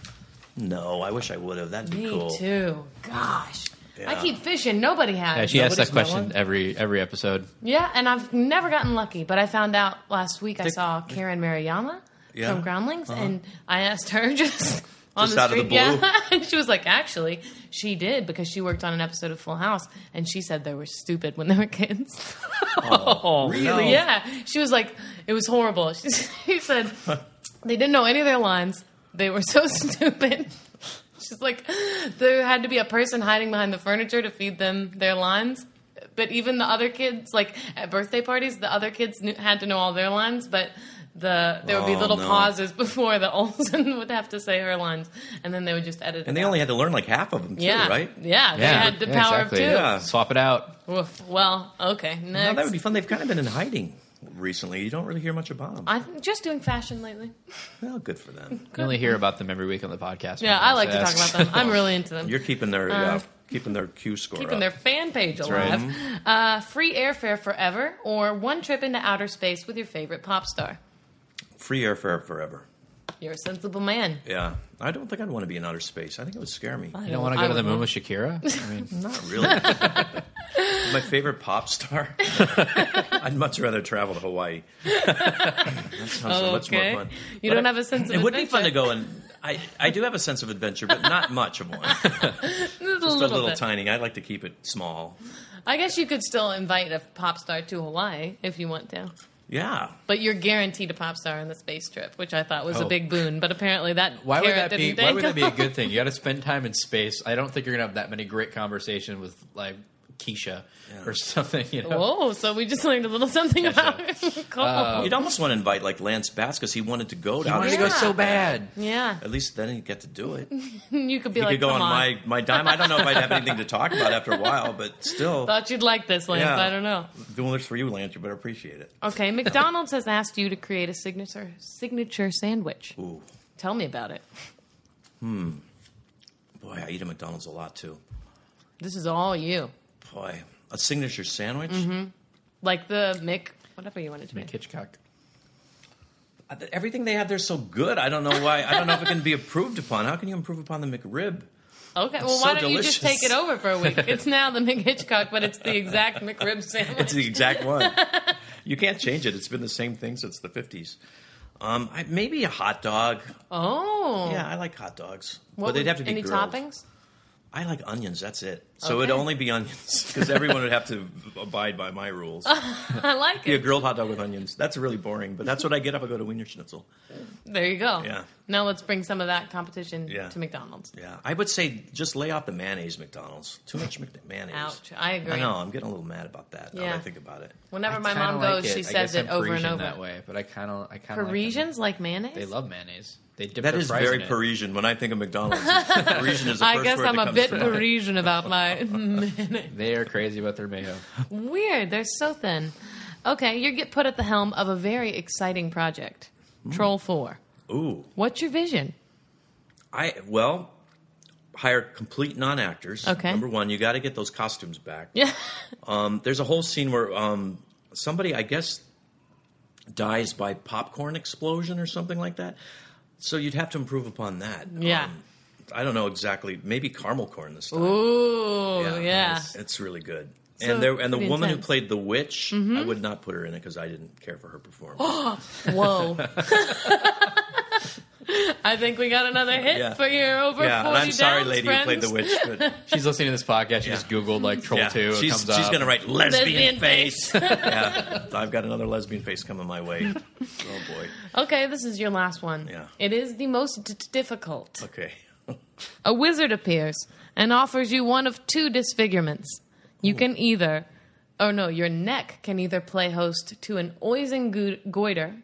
Speaker 4: no, I wish I would have. That'd be
Speaker 3: Me
Speaker 4: cool.
Speaker 3: too. Gosh. I
Speaker 4: Yeah.
Speaker 3: keep fishing. Nobody has.
Speaker 2: Yeah, Uh, she asks that
Speaker 4: Nobody's met
Speaker 2: question
Speaker 4: one?
Speaker 2: every every episode.
Speaker 3: Yeah, and I've never gotten lucky, but I found out last week I
Speaker 4: Did-
Speaker 3: saw Karen Mariyama
Speaker 4: Yeah. Uh-huh.
Speaker 3: from Groundlings, and I asked her (laughs) just on
Speaker 4: Just
Speaker 3: the
Speaker 4: out of
Speaker 3: street,
Speaker 4: the blue.
Speaker 3: yeah, (laughs) and she was like, "Actually, she did because she worked on an episode of Full House, and she said they were stupid when they were kids." (laughs)
Speaker 2: Oh,
Speaker 4: really?
Speaker 3: yeah, she was like, "It was horrible." (laughs) She, she
Speaker 4: (laughs)
Speaker 3: said they didn't know any of their lines; they were so (laughs) stupid. She's like, there had to be a person hiding behind the furniture to feed them their lines. But even the other kids, like at birthday parties, the other kids knew, had to know all their lines. But the there would be
Speaker 4: Oh,
Speaker 3: little
Speaker 4: no.
Speaker 3: pauses (laughs) before the Olsen would have to say her lines, and then they would just edit.
Speaker 4: And
Speaker 3: it
Speaker 4: they
Speaker 3: out.
Speaker 4: only had to learn like half of them too,
Speaker 3: yeah,
Speaker 4: right?
Speaker 3: yeah, they had the power
Speaker 2: exactly.
Speaker 3: of two.
Speaker 4: Yeah.
Speaker 2: Swap it out.
Speaker 3: Oof. Well, okay, next.
Speaker 4: No, that would be fun. They've kind of been in hiding recently. You don't really hear much about them.
Speaker 3: I'm just doing fashion lately.
Speaker 4: well, good for them.
Speaker 2: We only hear about them every week on the podcast.
Speaker 3: Yeah, I like to talk
Speaker 2: That's-
Speaker 3: about them. I'm really into them.
Speaker 4: You're keeping their
Speaker 3: Uh,
Speaker 4: yeah, keeping their Q score.
Speaker 3: keeping
Speaker 4: up.
Speaker 3: their fan page
Speaker 2: right.
Speaker 3: alive. Uh, free airfare forever, or one trip into outer space with your favorite pop star.
Speaker 4: free airfare forever.
Speaker 3: You're a sensible man.
Speaker 4: Yeah, I don't think I'd want to be in outer space. I think it would scare me.
Speaker 2: (laughs) You don't want to
Speaker 3: I
Speaker 2: go to the
Speaker 3: would
Speaker 2: moon
Speaker 3: love-
Speaker 2: with Shakira? I
Speaker 3: (laughs)
Speaker 2: mean,
Speaker 4: Not really. (laughs) My favorite pop star. (laughs) I'd much rather travel to Hawaii. that sounds much more
Speaker 3: Okay.
Speaker 4: fun.
Speaker 3: You
Speaker 4: But
Speaker 3: don't
Speaker 4: I-
Speaker 3: have a sense of
Speaker 4: It would be fun to
Speaker 3: adventure.
Speaker 4: go and. I, I do have a sense of adventure, but not much
Speaker 3: (laughs)
Speaker 4: of one. Just
Speaker 3: Just a
Speaker 4: a
Speaker 3: little,
Speaker 4: little
Speaker 3: bit.
Speaker 4: tiny. I like to keep it small.
Speaker 3: I guess you could still invite a pop star to Hawaii if you want to.
Speaker 4: Yeah.
Speaker 3: But you're guaranteed a pop star on the space trip, which I thought was a
Speaker 2: Oh.
Speaker 3: big boon. But apparently that
Speaker 2: why would
Speaker 3: carrot
Speaker 2: that be?
Speaker 3: didn't
Speaker 2: Why would that be a
Speaker 3: (laughs) dangle.
Speaker 2: good thing? You got to spend time in space. I don't think you're gonna have that many great conversations with like Keisha or something. You know,
Speaker 3: Whoa! Oh, So we just learned a little something
Speaker 2: Gotcha.
Speaker 3: about (laughs) cool.
Speaker 2: Uh,
Speaker 4: You'd almost want to invite like Lance Bass because he wanted to go to outer
Speaker 2: wanted to
Speaker 4: space.
Speaker 2: go so bad.
Speaker 3: yeah,
Speaker 4: At least then he'd get to do it. He
Speaker 3: you could be like,
Speaker 4: could go on
Speaker 3: "Come
Speaker 4: my, my dime. I don't know if I'd have anything to talk about after a while, but still.
Speaker 3: Thought you'd like this, Lance.
Speaker 4: Yeah.
Speaker 3: I don't know.
Speaker 4: Doing this for you, Lance. You better appreciate it.
Speaker 3: Okay, McDonald's has asked you to create a signature signature sandwich.
Speaker 4: Ooh.
Speaker 3: Tell me about it.
Speaker 4: Boy, I eat at McDonald's a lot too.
Speaker 3: This is all you.
Speaker 4: Boy, a signature sandwich.
Speaker 3: Like the Mick, whatever you want it to be.
Speaker 2: Mick Hitchcock.
Speaker 4: Uh, th- Everything they have there's so good. I don't know why. I don't know if it can be improved upon. How can you improve upon the McRib?
Speaker 3: Okay, well,
Speaker 4: It's
Speaker 3: why
Speaker 4: so
Speaker 3: don't you just
Speaker 4: delicious.
Speaker 3: take it over for a
Speaker 4: (laughs)
Speaker 3: week? It's now the Mick Hitchcock, but it's the exact McRib sandwich.
Speaker 4: It's the (laughs) exact one. you can't change it. It's been the same thing since the fifties. Um, I, maybe a hot dog.
Speaker 3: oh.
Speaker 4: Yeah, I like hot dogs,
Speaker 3: What
Speaker 4: but they'd
Speaker 3: would-
Speaker 4: have to be
Speaker 3: Any
Speaker 4: grilled.
Speaker 3: toppings?
Speaker 4: I like onions. That's it. So it'd only be onions (laughs) because everyone would have to abide by my rules.
Speaker 3: (laughs) I like
Speaker 4: be a
Speaker 3: it.
Speaker 4: grilled hot dog with onions. That's really boring, but that's what I get if I go to Wiener Schnitzel.
Speaker 3: There you go.
Speaker 4: Yeah.
Speaker 3: Now let's bring some of that competition
Speaker 4: Yeah.
Speaker 3: to McDonald's.
Speaker 4: Yeah, I would say just lay off the mayonnaise, McDonald's. Too much Mc- mayonnaise.
Speaker 3: Ouch. I agree.
Speaker 4: I know. I'm getting a little mad about that. Now that I
Speaker 3: Yeah.
Speaker 4: think about it.
Speaker 3: Whenever
Speaker 2: I
Speaker 3: my
Speaker 2: kinda
Speaker 3: mom
Speaker 2: like
Speaker 3: goes, she
Speaker 2: it. I
Speaker 3: says
Speaker 2: guess
Speaker 3: it
Speaker 2: I'm
Speaker 3: over
Speaker 2: Parisian
Speaker 3: and over.
Speaker 2: that way, but I kind of, I kind of
Speaker 3: Parisians like, mayonnaise.
Speaker 2: they love mayonnaise. They dip
Speaker 4: That
Speaker 2: their
Speaker 4: is
Speaker 2: fries
Speaker 4: very
Speaker 2: in it.
Speaker 4: Parisian. When I think
Speaker 3: (laughs)
Speaker 4: of McDonald's, Parisian is the
Speaker 3: I
Speaker 4: first
Speaker 3: guess
Speaker 4: word
Speaker 3: I'm
Speaker 4: that
Speaker 3: a
Speaker 4: comes
Speaker 3: bit
Speaker 4: to mind.
Speaker 3: Parisian about my
Speaker 4: (laughs)
Speaker 3: mayonnaise.
Speaker 2: They are crazy about their mayo.
Speaker 3: Weird. They're so thin. Okay, you get put at the helm of a very exciting project, Troll Four.
Speaker 4: Ooh,
Speaker 3: What's your
Speaker 4: (laughs)
Speaker 3: vision?
Speaker 4: I well hire complete non-actors.
Speaker 3: Okay.
Speaker 4: Number one, you got to get those costumes back.
Speaker 3: Yeah.
Speaker 4: Um, there's a whole scene where um, somebody, I guess, dies by popcorn explosion or something like that. So you'd have to improve upon that.
Speaker 3: Yeah.
Speaker 4: Um, I don't know exactly. Maybe caramel corn this time.
Speaker 3: Ooh, Oh, yeah.
Speaker 4: It's, it's really good.
Speaker 3: So
Speaker 4: and there, and the
Speaker 3: pretty
Speaker 4: woman who
Speaker 3: intense. Mm-hmm.
Speaker 4: played the witch, I would not put her in it because I didn't care for
Speaker 3: (gasps)
Speaker 4: her performance.
Speaker 3: (laughs) Whoa. I think we got another hit
Speaker 4: Yeah.
Speaker 3: for your over
Speaker 4: yeah,
Speaker 3: 40
Speaker 4: and I'm sorry,
Speaker 3: downs,
Speaker 4: lady
Speaker 3: friends.
Speaker 4: who played the
Speaker 3: (laughs)
Speaker 4: witch, but
Speaker 2: (laughs) She's listening to this podcast. She just Googled like troll
Speaker 4: yeah,
Speaker 2: two. it
Speaker 4: she's
Speaker 2: comes
Speaker 4: she's
Speaker 2: up.
Speaker 4: gonna write lesbian,
Speaker 3: Lesbian (laughs)
Speaker 4: face. yeah, I've got another lesbian face coming my way. Oh boy.
Speaker 3: Okay, this is your last one.
Speaker 4: Yeah.
Speaker 3: It is the most d- difficult.
Speaker 4: Okay.
Speaker 3: A wizard appears and offers you one of two disfigurements. You can either, oh no, your neck can either play host to an oozing goo- goiter.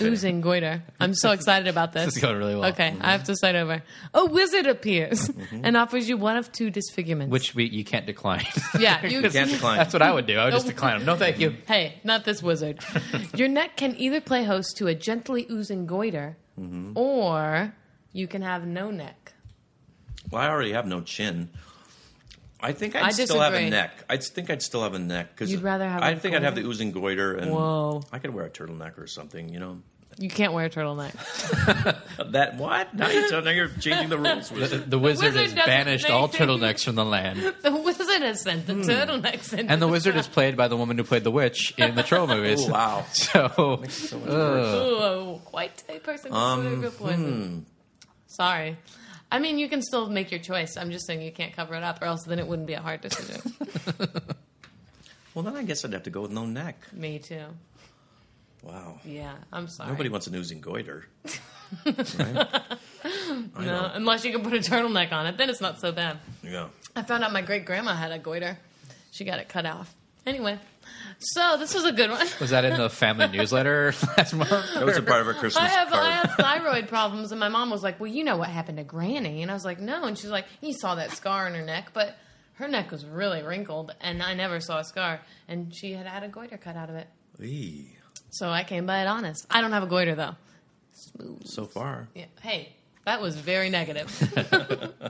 Speaker 3: Oozing goiter.
Speaker 2: (laughs)
Speaker 3: I'm so excited about
Speaker 2: (laughs)
Speaker 3: this.
Speaker 2: This is going really well.
Speaker 3: Okay, I
Speaker 2: Mm-hmm.
Speaker 3: have to start over. A
Speaker 2: (laughs)
Speaker 3: wizard appears and offers you one of two disfigurements.
Speaker 2: which we you can't decline. (laughs)
Speaker 3: Yeah, you-
Speaker 4: Can't decline.
Speaker 2: That's what I would do. I would just
Speaker 3: Nope.
Speaker 2: decline them. No, thank you.
Speaker 3: Hey, not this wizard.
Speaker 2: (laughs)
Speaker 3: Your neck can either play host to a gently oozing goiter,
Speaker 2: Mm-hmm.
Speaker 3: or you can have no neck.
Speaker 4: Well, I already have no chin. I think I'd
Speaker 3: I
Speaker 4: still have a
Speaker 3: disagree.
Speaker 4: neck. I think I'd still have a neck because
Speaker 3: You'd rather have
Speaker 4: I
Speaker 3: a
Speaker 4: think I'd have the
Speaker 3: goiter?
Speaker 4: oozing goiter, and
Speaker 3: Whoa.
Speaker 4: I could wear a turtleneck or something. You know
Speaker 3: You can't wear
Speaker 2: (laughs)
Speaker 3: a turtleneck.
Speaker 4: that what? Now you're, now you're changing the rules. (laughs)
Speaker 2: The, the wizard,
Speaker 3: wizard
Speaker 2: has
Speaker 3: doesn't
Speaker 2: banished all
Speaker 3: make things.
Speaker 2: turtlenecks from the land,
Speaker 3: the wizard has sent
Speaker 2: Hmm.
Speaker 3: the turtleneck. Sent
Speaker 2: and the wizard is played by the woman who played the witch in the (laughs) troll movies.
Speaker 4: Oh, wow.
Speaker 2: So
Speaker 3: Ooh, quite a person. Um, good point. Sorry. I mean, you can still make your choice. I'm just saying you can't cover it up, or else then it wouldn't be a hard decision.
Speaker 4: Well, then I guess I'd have to go with no neck.
Speaker 3: Me too.
Speaker 4: Wow.
Speaker 3: Yeah, I'm sorry.
Speaker 4: Nobody wants an oozing goiter. right?
Speaker 3: no,
Speaker 4: I know.
Speaker 3: Uh, unless you can put a turtleneck on it, then it's not so bad.
Speaker 4: Yeah.
Speaker 3: I found out my great grandma had a goiter. She got it cut off. Anyway, so this was a good one.
Speaker 2: was that in the family newsletter (laughs) last month?
Speaker 4: That was a part of her Christmas
Speaker 3: I have
Speaker 4: card.
Speaker 3: I
Speaker 4: (laughs)
Speaker 3: have thyroid problems, and my mom was like, "Well, you know what happened to Granny," and I was like, "No," and she's like, "You saw that scar on her neck, but her neck was really wrinkled, and I never saw a scar, and she had had a goiter cut out of it."
Speaker 4: Eee,
Speaker 3: So I came by it honest. I don't have a goiter though.
Speaker 4: so far.
Speaker 3: Yeah. Hey, that was very
Speaker 4: (laughs)
Speaker 3: negative.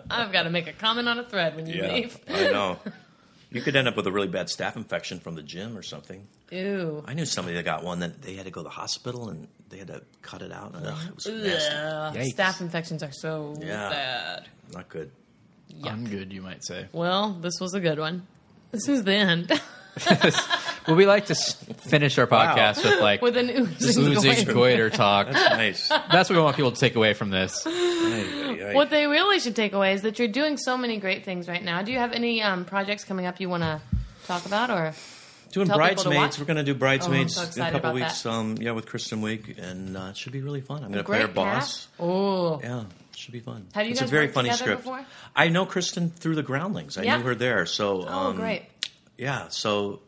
Speaker 3: I've got to make a comment on a thread when you leave.
Speaker 4: I
Speaker 3: (laughs)
Speaker 4: know. You could end up with a really bad staph infection from the gym or something.
Speaker 3: Ew.
Speaker 4: I knew somebody that got one that they had to go to the hospital and they had to cut it out. Ugh, it was nasty.
Speaker 3: Ugh,
Speaker 2: Yikes.
Speaker 3: Staph infections are so
Speaker 4: Yeah.
Speaker 3: sad.
Speaker 4: Not good.
Speaker 2: I'm good, you might say.
Speaker 3: Well, this was a good one. This is the end (laughs)
Speaker 2: Well, we like to s- finish our podcast with like
Speaker 3: with an oozing
Speaker 2: oozing
Speaker 3: goiter.
Speaker 2: goiter
Speaker 4: (laughs)
Speaker 2: talk.
Speaker 3: (laughs)
Speaker 4: Nice.
Speaker 2: That's what we want people to take away from this.
Speaker 3: What they really should take away is that you're doing so many great things right now. Do you have any um, projects coming up you want to talk about, or
Speaker 4: Doing
Speaker 3: Tell people to watch. Oh,
Speaker 4: bridesmaids. We're going to do bridesmaids
Speaker 3: so
Speaker 4: in a
Speaker 3: excited
Speaker 4: couple
Speaker 3: about
Speaker 4: weeks.
Speaker 3: that.
Speaker 4: Um, yeah, with Kristen Wiig, and uh, it should be really fun. I'm going to play
Speaker 3: great
Speaker 4: her boss.
Speaker 3: cast? Oh,
Speaker 4: Yeah, it should be fun.
Speaker 3: Have you
Speaker 4: it's
Speaker 3: guys
Speaker 4: a very
Speaker 3: worked
Speaker 4: funny
Speaker 3: together
Speaker 4: script.
Speaker 3: before?
Speaker 4: I know Kristen through the Groundlings. I
Speaker 3: Yeah.
Speaker 4: knew her there. So,
Speaker 3: oh,
Speaker 4: um,
Speaker 3: great.
Speaker 4: Yeah. So,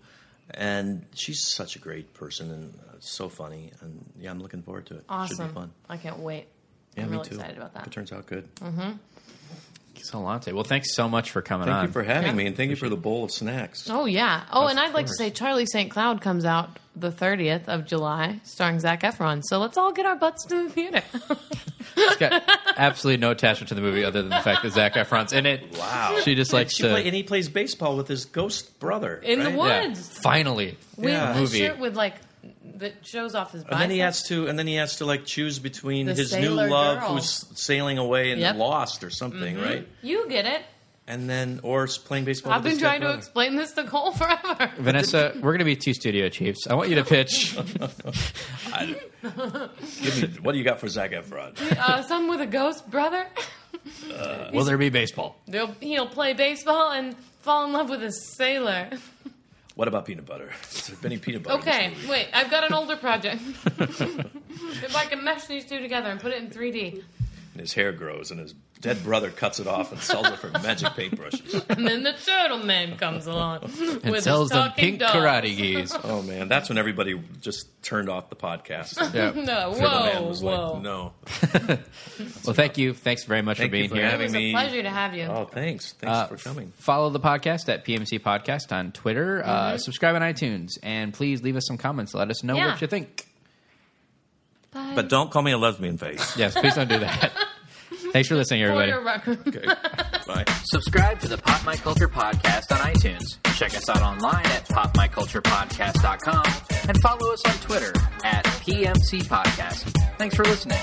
Speaker 4: and she's such a great person and uh, so funny. And yeah, I'm looking forward to it. Should be
Speaker 3: Awesome.
Speaker 4: fun.
Speaker 3: I can't wait.
Speaker 4: Yeah,
Speaker 3: I'm
Speaker 4: me
Speaker 3: really
Speaker 4: too.
Speaker 3: excited about that. Mm-hmm.
Speaker 4: If It turns out good.
Speaker 2: Solante, well, thanks so much for coming
Speaker 4: Thank
Speaker 2: on.
Speaker 4: you for having
Speaker 3: Yeah.
Speaker 4: me, and thank you for the bowl of snacks.
Speaker 3: Oh yeah. Oh, and I'd like to
Speaker 4: course.
Speaker 3: say Charlie St. Cloud comes out the 30th of July, starring Zach Efron. So let's all get our butts to the theater. (laughs)
Speaker 2: She's (laughs) got absolutely no attachment to the movie other than the fact that Zach Efron's in it.
Speaker 4: Wow.
Speaker 2: She just likes
Speaker 4: She
Speaker 2: to.
Speaker 4: play, and he plays baseball with his ghost brother
Speaker 3: In the
Speaker 4: right?
Speaker 3: woods.
Speaker 2: yeah, finally,
Speaker 3: with
Speaker 4: Yeah.
Speaker 3: a
Speaker 2: Movie.
Speaker 3: shirt with like that shows off his.
Speaker 4: And then he
Speaker 3: biceps.
Speaker 4: has to, and then he has to like choose between
Speaker 3: The
Speaker 4: his new
Speaker 3: sailor
Speaker 4: love,
Speaker 3: girl.
Speaker 4: who's sailing away and
Speaker 3: Yep. Mm-hmm.
Speaker 4: lost or something, right?
Speaker 3: You get it.
Speaker 4: And then, or s- playing baseball.
Speaker 3: I've been
Speaker 4: with his
Speaker 3: trying to
Speaker 4: brother.
Speaker 3: explain this to Cole (laughs) forever.
Speaker 4: (laughs)
Speaker 2: Vanessa, we're going to be two studio chiefs. I want you to (laughs) pitch.
Speaker 4: Give me, what do you got for Zac Efron?
Speaker 3: (laughs) Uh, some with a ghost brother. (laughs)
Speaker 2: Will there be baseball?
Speaker 3: They'll, he'll play baseball and fall in love with a sailor. (laughs)
Speaker 4: What about peanut butter? Is there any peanut butter? in this
Speaker 3: Okay, wait, I've got an older project. (laughs) if I can mesh these two together and put it in 3D,
Speaker 4: and his hair grows, and his dead brother cuts it off and sells it for magic paintbrushes.
Speaker 3: (laughs) and then the turtle man comes along
Speaker 2: (laughs) And
Speaker 3: with
Speaker 2: sells
Speaker 3: his
Speaker 2: them
Speaker 3: talking
Speaker 2: pink
Speaker 3: dog.
Speaker 2: karate (laughs) geese.
Speaker 4: Oh man, that's when everybody just turned off the podcast. The
Speaker 2: Yeah.
Speaker 3: No,
Speaker 4: turtle
Speaker 3: whoa,
Speaker 4: man was
Speaker 3: whoa.
Speaker 4: like, "No,
Speaker 2: Well, thank you. Thanks very much
Speaker 4: Thank
Speaker 2: for being
Speaker 4: you for
Speaker 2: here.
Speaker 3: It
Speaker 4: having
Speaker 3: was a
Speaker 4: me."
Speaker 3: pleasure to have you.
Speaker 4: Oh, thanks, thanks
Speaker 2: Uh,
Speaker 4: for coming.
Speaker 2: Follow the podcast at PMC Podcast on Twitter. Uh, subscribe on iTunes, and please leave us some comments. Let us know
Speaker 3: Yeah.
Speaker 2: what you think.
Speaker 3: Bye.
Speaker 4: But don't call me a lesbian face.
Speaker 2: Yes, please don't do that. Thanks for listening,
Speaker 3: For
Speaker 2: everybody.
Speaker 3: your record.
Speaker 4: (laughs) Okay, bye.
Speaker 2: Subscribe to the Pop My Culture Podcast on iTunes. Check us out online at popmyculturepodcast.com and follow us on Twitter at PMC Podcast. Thanks for listening.